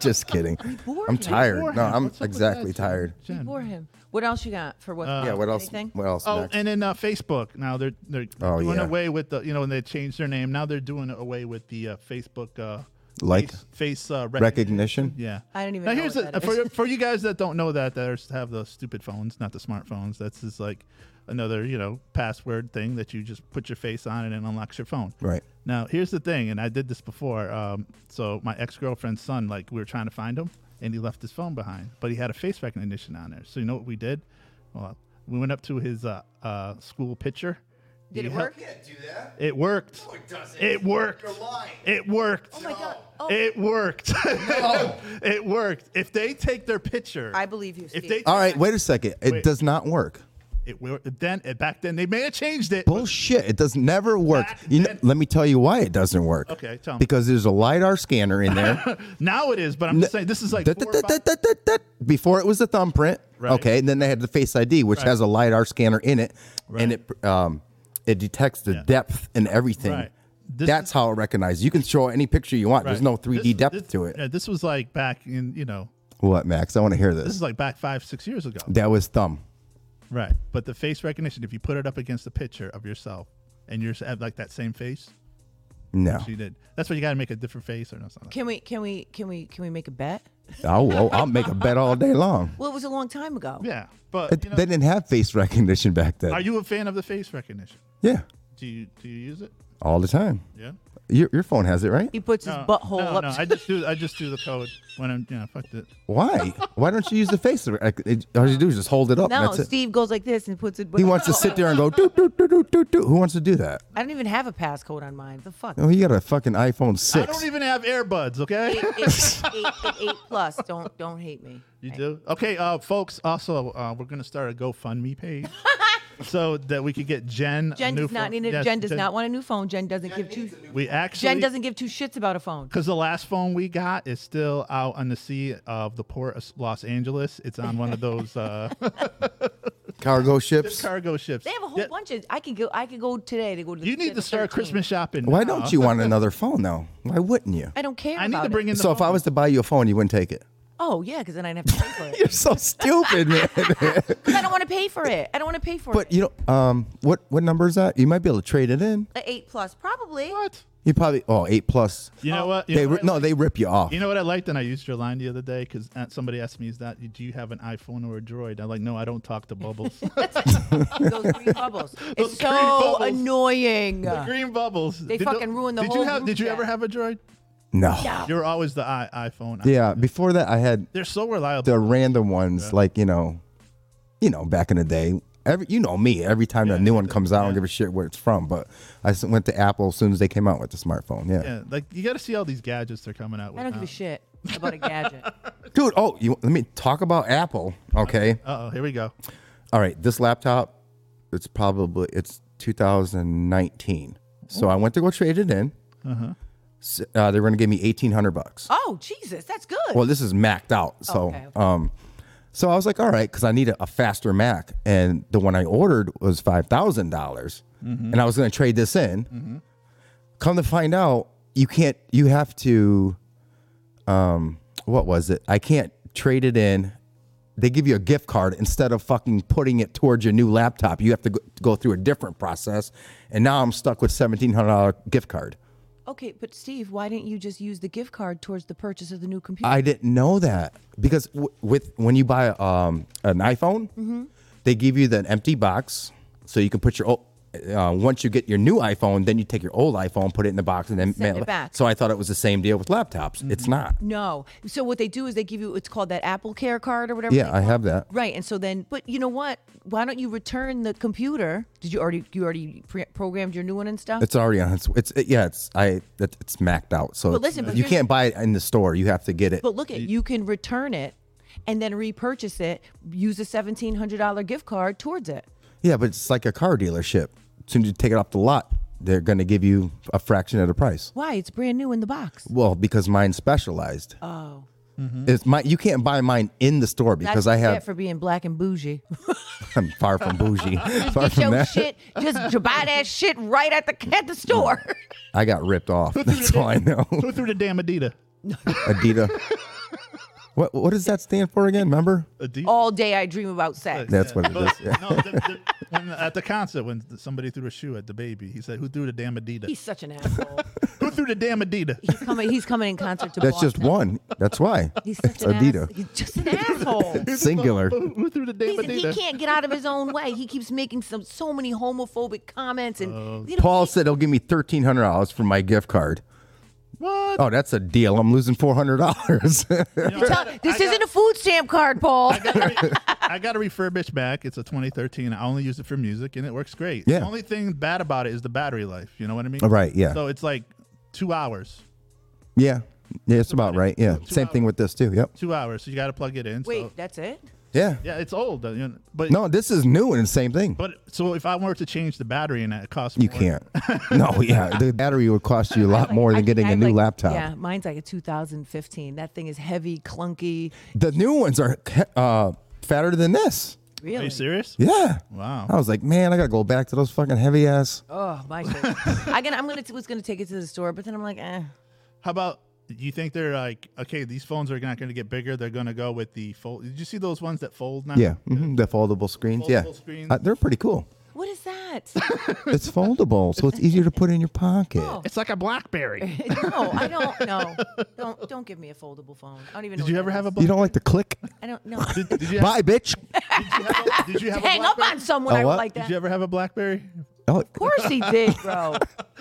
C: Just kidding.
K: bored
C: I'm
K: him.
C: tired. No,
J: Beforehand.
C: I'm
J: What's up with
C: exactly
J: that, Jen?
C: tired.
J: Jen.
K: For him. What else you got for what?
C: Yeah. What else?
K: Anything?
C: What else?
J: Oh,
C: next?
J: and then uh, Facebook. Now they're they're
C: Oh,
J: doing
C: yeah.
J: away with the you know, and they changed their name. Now they're doing away with the uh, Facebook uh,
C: Like?
J: face, face uh, recognition.
C: Recognition.
J: Yeah,
K: I don't even
J: Now
K: know
J: here's
K: what
J: the-
K: that
J: for
K: is.
J: for you guys that don't know that that are, have those stupid phones, not the smartphones. That's just like another you know password thing that you just put your face on and it unlocks your phone.
C: Right.
J: Now here's the thing, and I did this before. Um, so my ex girlfriend's son, like we were trying to find him, and he left his phone behind, but he had a face recognition on there. So you know what we did? Well, we went up to his uh, uh, school picture.
K: Did
J: He
K: it
J: hel-
K: work?
J: It worked. it worked. It worked. Oh my
K: God. Oh.
J: It worked. it worked. If they take their picture,
K: I believe you,
J: If
K: Steve.
J: they,
C: All right. Wait a second. It
J: Wait.
C: does not work.
J: it, wor- then it, back then they may have changed it.
C: Bullshit. It does never work.
J: Back
C: You know,
J: then-
C: let me tell you why it doesn't work.
J: Okay, tell me.
C: Because there's a lidar scanner in there.
J: Now it is, but I'm just saying this is like.
C: Da-
J: four
C: da-
J: or
C: da-
J: five-
C: da- da- da- Before it was the thumbprint.
J: Right.
C: Okay, and then they had the Face ID, which has a lidar scanner in it, and it um, it detects the depth and everything.
J: Right. This
C: That's
J: is-
C: how it recognizes. You can show any picture you want. There's
J: Right.
C: no 3D
J: This-
C: depth
J: this-
C: to it.
J: Yeah, this was like back in you know
C: What, Max? I want to hear this.
J: this is like back five six years ago.
C: that was thumb.
J: Right, but the face recognition if you put it up against a picture of yourself and you're at like that same face
C: No.
J: she did. That's why you got to make a different face or no, something.
K: Can we? Can we? Can we? Can we make a bet?
C: Oh, well, I'll make a bet all day long.
K: Well, it was a long time ago.
J: Yeah, but
C: It-
J: you know,
C: they didn't have face recognition back then.
J: are you a fan of the face recognition?
C: yeah,
J: Do you do you use it?
C: all the time.
J: Yeah.
C: Your, your phone has it, right?
K: He puts his butthole
J: no,
K: up.
J: No, I just do I just do the code when I'm you know fucked it.
C: Why? Why don't you use the face? rec- it- All you do is just hold it up.
K: No,
C: that's it.
K: Steve goes like this and puts it.
C: He wants to sit there and go do do do do do do. Who wants to do that?
K: I don't even have a passcode on mine. The fuck.
C: Oh, he got a fucking iPhone
J: I don't
C: six.
J: even have earbuds. Okay.
K: Eight, eight, eight, eight, eight plus. Don't don't hate me.
J: You do? Okay, uh, folks. Also, uh, we're gonna start a GoFundMe page so that we could get Jen. a
K: Jen
J: new
K: does not
J: phone.
K: need a,
J: Yes,
K: Jen does not want a new phone. Jen doesn't give two.
J: We actually.
K: Jen doesn't give two shits about a phone.
J: Because the last phone we got is still out on the sea of the port of Los Angeles. It's on one of those uh,
C: Cargo ships.
J: cargo ships.
K: They have a whole
J: Yeah,
K: bunch of. I could go. I could go today to go to.
J: You need to start
K: 13.
J: Christmas shopping.
C: Why
J: now.
C: don't you want another phone though? Why wouldn't you?
K: I don't care.
J: I need
K: about
J: to
K: it.
J: bring in. The
C: So if I
J: phone.
C: was to buy you a phone, you wouldn't take it.
K: Oh yeah, because then I'd have to pay for it.
C: You're so stupid, man.
K: 'Cause I don't want to pay for it. I don't want to pay for
C: but
K: it.
C: you know, um, what what number is that? You might be able to trade it in.
K: A eight plus probably.
J: what?
C: You probably oh eight plus.
J: You know what? You
C: They
J: know
C: ri-
J: what?
C: no, they rip you off.
J: You know what I liked, and I used your line the other day because somebody asked me, "Is that do you have an iPhone or a Droid?" I'm like, "No, I don't talk to bubbles.
K: Those green bubbles.
J: Those
K: It's
J: green
K: so
J: bubbles.
K: annoying.
J: Green bubbles. They
K: fucking ruined the
J: did
K: whole
J: You have,
K: group
J: did you
K: chat.
J: ever have a Droid?
C: No.
J: You were always the I- iPhone.
C: Yeah. Before that, I had
J: they're so reliable.
C: the random ones, like you know, you know, back in the day. Every you know me, every time that new one comes out, I don't give a shit where it's from. But I s- went to Apple as soon as they came out with the smartphone. Yeah,
J: yeah, like you got to see all these gadgets they're coming out with.
K: I don't give a shit about a gadget.
C: dude. Oh, you, let me talk about Apple. Okay,
J: Uh oh, here we go.
C: all right. This laptop, it's probably it's 2019. So I went to go trade it in. S- Uh, they were gonna give me 1800 bucks.
K: oh Jesus, that's good.
C: Well, this is maxed out. So,
K: Oh, Okay, okay.
C: um, so I was like, all right, because I need a, a faster Mac, and
K: Mm-hmm.
C: the one I ordered was five dollars, and I was going to trade this in. Come to find out, you can't. You have to. Um, what was it? I can't trade it in. They give you a gift card instead of fucking putting it towards your new laptop. You have to go, go through a different process, and now I'm stuck with seventeen hundred dollar gift card.
K: Okay, but Steve, why didn't you just use the gift card towards the purchase of the new computer?
C: I didn't know that because w- with when you buy um, an iPhone,
K: Mhm.
C: they give you an empty box so you can put your old. Uh, once you get your new iPhone, then you take your old iPhone, put it in the box, and then
K: Send it back. Mm-hmm.
C: So I thought it was the same deal with laptops. It's not.
K: No. So what they do is they give you it's called that Apple Care card or whatever.
C: Yeah,
K: they
C: I
K: call it.
C: have that.
K: Right, and so then, but you know what? Why don't you return the computer? Did you already you already pre- programmed your new one and stuff?
C: It's already on. It's, it's it, yeah. It's I. It, it's macked out. So
K: But
C: it's-
K: listen, but
C: you
K: here's-
C: can't buy it in the store. You have to get it.
K: But look at you can return it and then repurchase it. Use a seventeen hundred dollar gift card towards it.
C: Yeah, but it's like a car dealership. As soon as you take it off the lot, they're going to give you a fraction of the price.
K: Why? It's brand new in the box.
C: Well, because mine's specialized.
K: Oh,
C: It's my you can't buy mine in the store because
K: That's what
C: I
K: you
C: have
K: get for being black and bougie.
C: I'm far from bougie.
K: Just
C: far
K: get
C: from
K: your
C: that.
K: shit. Just to buy that shit right at the at the store.
C: I got ripped off. That's all I know.
J: Go through the damn Adidas.
C: Adidas. What what does that stand for again? Remember?
K: All day I dream about sex.
C: That's what it is. Yeah.
J: No, the, the, when, at the concert, when somebody threw a shoe at the baby, he said, "Who threw the damn Adidas?
K: He's such an asshole.
J: Who threw the damn Adidas?"
K: He's coming. He's coming in concert to
C: That's just
K: Boston.
C: one. That's why.
K: He's such
C: It's
K: an
C: Adidas.
K: ass- He's just an asshole.
C: Singular.
J: Who threw the damn
K: He's, he
J: Adidas?
K: can't get out of his own way. He keeps making some so many homophobic comments and you know,
C: Uh, Paul said he'll give me thirteen hundred dollars for my gift card.
J: What?
C: Oh, that's a deal. I'm losing four hundred dollars.
K: you tell- this isn't a food stamp card, Paul.
J: I got a refurbished Mac. It's a 2013. I only use it for music, and it works great.
C: Yeah.
J: The only thing bad about it is the battery life. You know what I mean?
C: Oh, right, yeah.
J: So it's like two hours.
C: yeah. Yeah, it's about right. Yeah. Same thing with this too. Yep.
J: Two hours. So you got to plug it in. so-
K: Wait, that's it.
C: Yeah.
J: yeah, it's old. uh, you know, But
C: No, this is new and same thing.
J: But so if I were to change the battery in it, it costs
C: You
J: more.
C: can't. No, yeah. The battery would cost you a lot more than getting
K: I
C: a
K: have
C: new
K: like-
C: laptop.
K: Yeah, mine's like a 2015. That thing is heavy, clunky.
C: The new ones are uh, fatter than this.
J: Are
K: Really?
J: you serious?
C: Yeah.
J: Wow. Uh-huh.
C: I was like, man, I gotta go back to those fucking heavy ass.
K: Oh my shit. I gonna, I'm gonna t- was gonna take it to the store, but then I'm like, eh.
J: How about you think they're like okay? These phones are not going to get bigger. They're going to go with the fold. Did you see those ones that fold now?
C: Yeah, hmm the foldable screens. yeah,
J: Foldable screens.
C: Uh, they're pretty cool.
K: What is that?
C: It's foldable, so it's easier to put in your pocket.
K: Oh.
J: It's like a BlackBerry.
K: no, I don't. No, don't don't give me a foldable phone. I don't even.
J: Did
K: know
J: you
K: what
J: ever
K: that
J: have a?
K: is.
J: Black-
C: You don't like the click?
K: I don't know.
J: Did, did you have,
C: Bye, bitch.
J: did you have a, did you have a
K: Hang up
J: BlackBerry?
K: on someone.
C: A
K: I
C: what?
K: like
J: Did
K: that.
J: you ever have a BlackBerry?
C: Oh,
K: Of course he did, bro.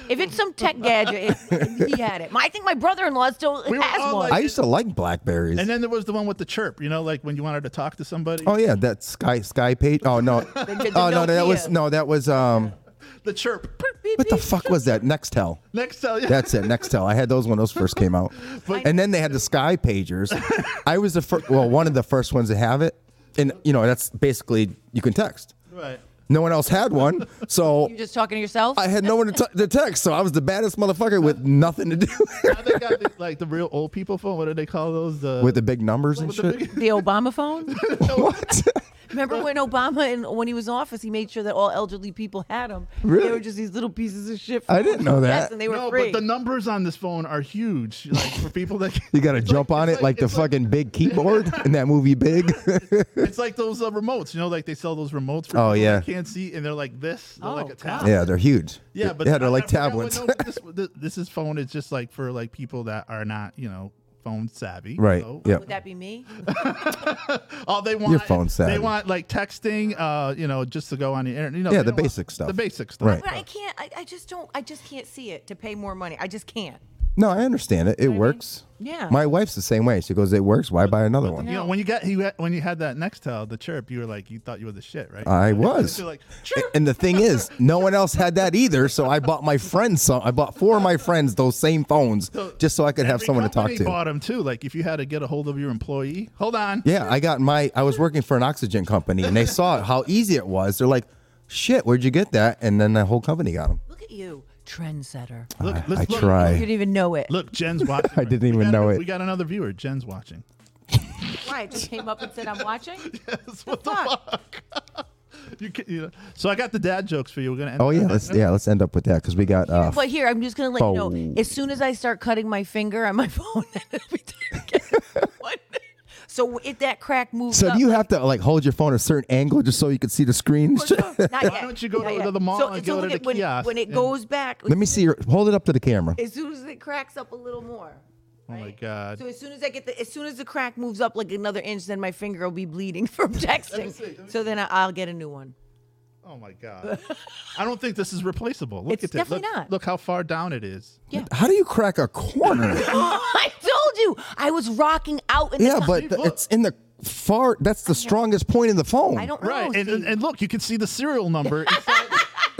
K: if it's some tech gadget, it, he had it. My, I think my brother-in-law still
J: We were
K: has
J: all
K: one.
C: I used to like Blackberries.
J: And then there was the one with the chirp. You know, like when you wanted to talk to somebody.
C: oh yeah, that Sky Sky page. Oh no,
K: the
C: oh no, that
K: Nokia.
C: was no, that was um,
J: The chirp.
C: what the fuck was that? Nextel.
J: Next tell you.
C: That's it. Nextel. I had those when those first came out, and then they had the Sky Pagers. I was the first, well, one of the first ones to have it, and you know that's basically you can text.
J: right.
C: No one else had one, so
K: You're just talking to yourself.
C: I had no one to, t- to text, so I was the baddest motherfucker with nothing to do
J: Now they got the, like the real old people phone. What do they call those? The
C: with the big numbers and
J: with the
C: shit.
J: big-
K: the Obama phone.
C: what?
K: Remember when Obama and when he was in office, he made sure that all elderly people had them.
C: Really?
K: They were just these little pieces of shit.
C: I didn't know
K: Yes,
C: that.
K: and they were
J: no,
K: free.
J: but the numbers on this phone are huge. Like for people that
C: You gotta jump on it
J: it's
C: like,
J: like-
C: the
J: it's like-
C: fucking big keyboard in that movie Big.
J: It's like those uh, remotes, you know, like they sell those remotes for
C: Oh,
J: people
C: yeah.
J: that can't see, and they're like this. They're like
K: Oh,
J: a tablet.
C: yeah, they're huge.
J: Yeah, but
C: yeah, they're
J: I-
C: like
J: I forgot what-
C: tablets.
J: no, but this, th- this is phone. It's just like for like people that are not, you know, phone savvy.
C: right.
J: So
C: Yeah.
K: Would that be me?
J: All Oh, they want.
C: phone savvy.
J: They want like texting. Uh, you know, just to go on the internet. You know,
C: Yeah,
J: they
C: the
J: don't want-
C: basic stuff.
J: The basic stuff.
C: Right.
K: But I can't. I, I just don't. I just can't see it to pay more money. I just can't.
C: No, I understand it. It works.
K: Yeah.
C: My wife's the same way. She goes, "It works. Why buy another one?"
J: You know, when you got you had, when you had that Nextel, the chirp, you were like, you thought you were the shit, right?
C: I
J: You're
C: was.
J: like, chirp.
C: And the thing is, no one else had that either. So I bought my friends some. I bought four of my friends those same phones just so I could have
J: Every
C: someone to talk
J: company
C: to.
J: Bought them too. Like if you had to get a hold of your employee, hold on.
C: Yeah, I got my. I was working for an oxygen company, and they saw how easy it was. They're like, "Shit, where'd you get that?" And then the whole company got them.
K: Look at you, trendsetter.
J: Look,
C: I
J: let's look.
K: You
C: try.
K: didn't even know it.
J: Look, Jen's watching.
C: I didn't
J: We
C: even
J: got
C: know
J: a-
C: it.
J: We got another viewer. Jen's watching.
K: Right? She came up and said, "I'm watching."
J: That's what the
K: fuck?
J: fuck. You, can, you know. So I got the dad jokes for you. We're gonna. End
C: Oh yeah, let's yeah let's end up with that because we got uh,
K: but here, I'm just gonna let you know.
C: phone.
K: As soon as I start cutting my finger on my phone, then it'll be done again. What? so if that crack moves
C: So
K: up,
C: do you have to like hold your phone at a certain angle just so you can see the screen?
K: not yet.
J: Why don't you go
K: not
J: to
K: yet.
J: the mall
K: so,
J: and
K: so
J: go to
K: when
J: the
K: it, when,
J: kiosk
K: When it
J: and-
K: goes back,
C: Let me see your hold it up to the camera.
K: as soon as it cracks up a little more.
J: Oh my god.
K: So as soon as I get the, as soon as the crack moves up like another inch, then my finger will be bleeding from texting.
J: see, let me
K: so then I, I'll get a new one.
J: Oh my god. I don't think this is replaceable. Look
K: It's
J: at this.
K: definitely
J: look,
K: not.
J: Look how far down it is.
C: How do you crack a corner?
K: I told you I was rocking out in
C: yeah,
K: the.
C: but th- it's in the far. That's the strongest point in the phone.
K: I don't
J: Right.
K: know.
J: and, and
K: Steve.
J: and look, you can see the serial number. inside.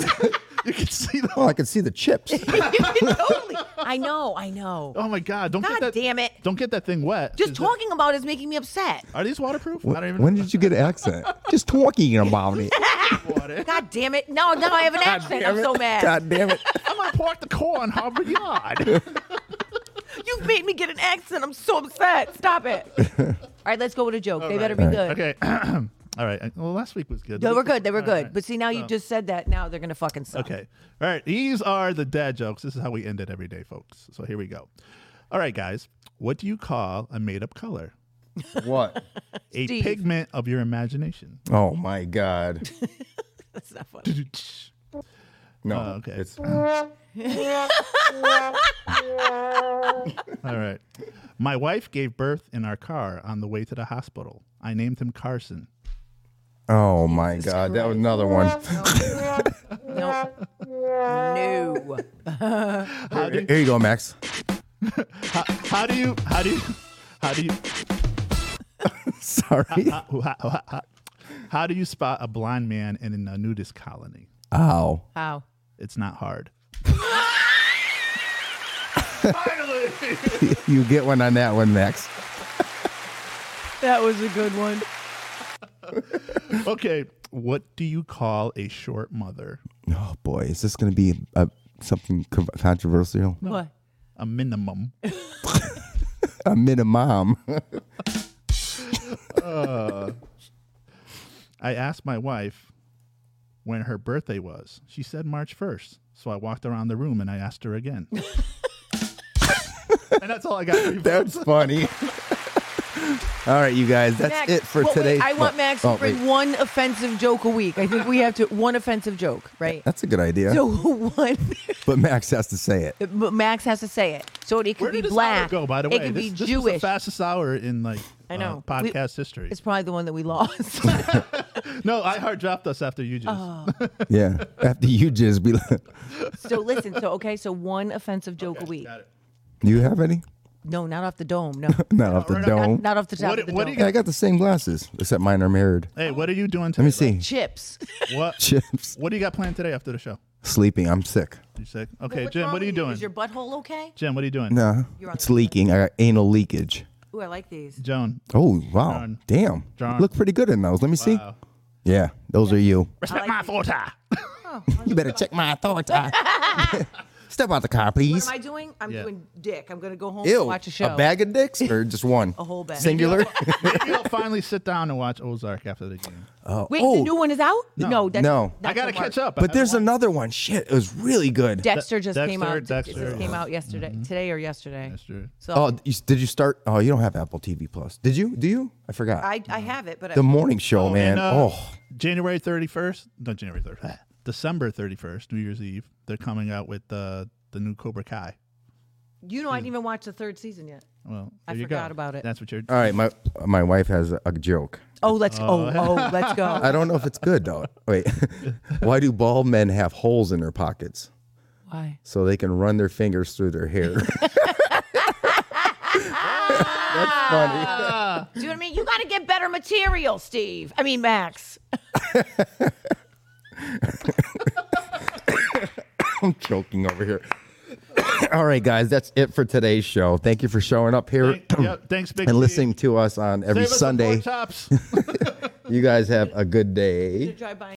J: you can see the.
C: Oh, I can see the chips.
K: totally. I know. I know.
J: Oh my god. Don't
K: God
J: get that.
K: damn it.
J: Don't get that thing wet.
K: Just
J: Is it-
K: talking about it is making me upset.
J: Are these waterproof? I don't even
C: when did you get an accent? Just talking about it.
J: water?
K: God damn it! No, now I have an accent. I'm so mad.
C: God damn it.
J: I'm gonna park the car on Harvard Yard.
K: You've made me get an accent. I'm so upset. Stop it. All right, let's go with a joke. they better be
C: All right.
K: good.
J: okay. All right. Well, last week was good.
K: They were good. They were
J: All
K: good.
J: right.
K: But see, now
C: Oh.
K: you just said that. Now they're gonna fucking suck.
J: Okay. All right. These are the dad jokes. This is how we end it every day, folks. So here we go. All right, guys. What do you call a made up color?
C: What?
J: A
K: Steve.
J: pigment of your imagination.
C: Oh my God.
K: That's not funny.
C: No.
J: Oh, okay.
C: It's
J: All right. My wife gave birth in our car on the way to the hospital. I named him Carson.
C: oh my God. That was another one.
K: No. No.
C: Here you go, Max.
J: How, how do you? How do you? How do you?
C: Sorry.
J: How, how- how- how- how do you spot a blind man in a nudist colony?
C: Ow.
K: How?
J: It's not hard.
C: You get one on that one, Max.
K: That was a good one.
J: Okay. What do you call a short mother?
C: Oh boy, is this going to be uh something co- controversial?
K: What?
J: A minimum.
C: A minimum.
J: I asked my wife when her birthday was. She said March 1st. So I walked around the room and I asked her again. and that's all I got for you.
C: That's funny. All right, you guys, that's
K: Max-
C: it for
K: well, wait,
C: today. Oh,
K: I want Max to bring
C: wait.
K: one offensive joke a week. I think we have to one offensive joke, right?
C: That's a good idea.
K: So one,
C: but Max has to say it.
K: but Max has to say it. So it could
J: Where
K: be
J: did this
K: black.
J: hour go, by the way?
K: It could
J: this,
K: be
J: this was
K: Jewish.
J: the fastest hour in like
K: I
J: uh,
K: know. We-
J: podcast history.
K: It's probably the one that we lost.
J: No, I hard dropped us after you just.
K: Oh,
C: Yeah. After you just be like,
K: so listen. So okay. So one offensive joke a week.
J: got it.
C: do you have any?
K: No, not off the dome. No,
C: Not off the
J: right on.
C: dome.
K: not, not off the top
J: What-
K: of the
J: what do
K: dome.
J: you
C: yeah, I got the same glasses, except mine are mirrored.
J: Hey, what are you doing today?
C: Let me see.
K: Chips.
J: bud? What,
C: Chips.
J: what do you got planned today after the show?
C: Sleeping. I'm sick.
J: You sick? Okay, Jim, what are you doing?
K: Is your butthole okay?
J: Jim, what are you doing?
C: No.
K: You're on
C: Uh-huh. It's
K: the-
C: leaking. I got anal leakage.
K: Ooh, I like these.
J: Joan.
C: Oh, wow.
J: Darn.
C: Damn.
J: Darn.
C: Look pretty good in those. Let me see.
J: Wow.
C: Yeah, those are you.
J: Respect my authority.
C: You better check my authority. Step out the car,
K: What
C: please.
K: am I doing? I'm
J: Yeah.
K: doing dick. I'm gonna go home
C: Ew.
K: and watch a show.
C: bag of dicks or just one?
K: A whole bag.
C: Singular?
J: Maybe I'll finally sit down and watch Ozark after the game.
K: Wait,
C: Oh.
K: the new one is out? No, that's,
C: No.
K: that's
J: I gotta
K: the mark.
J: catch up. I
C: but there's
J: haven't
C: another one. Shit, it was really good.
K: Dexter just came
J: Dexter,
K: out. Dexter,
J: Dexter,
K: just came out yesterday, today or yesterday.
J: watched it.
K: So
C: oh, you, did you start? Oh, you don't have Apple TV Plus. Did you? Do you? I forgot.
K: I, I have it, but
C: the
K: I,
C: morning show, man.
J: And, uh,
C: oh, Ah.
J: January 31st, not January 31st, December 31st, New Year's Eve, they're coming out with uh, the new Cobra Kai.
K: you know I didn't even watch the third season yet.
J: Well,
K: I
J: there you
K: forgot
J: go.
K: about it.
J: That's what you're.
C: all right. My my wife has a, a joke.
K: Oh, let's oh oh let's go.
C: I don't know if it's good though. Wait, why do bald men have holes in their pockets
K: Why?
C: so they can run their fingers through their hair? That's funny.
K: Do you know what I mean? You got to get better material, Steve. I mean Max.
C: I'm joking over here. All right, guys, that's it for today's show. Thank you for showing up here
J: Thank- yeah, thanks, Big
C: and
J: T.
C: listening to us on every
J: Save us the pork
C: Sunday.
J: chops.
C: You guys have a good day.
K: Drive by.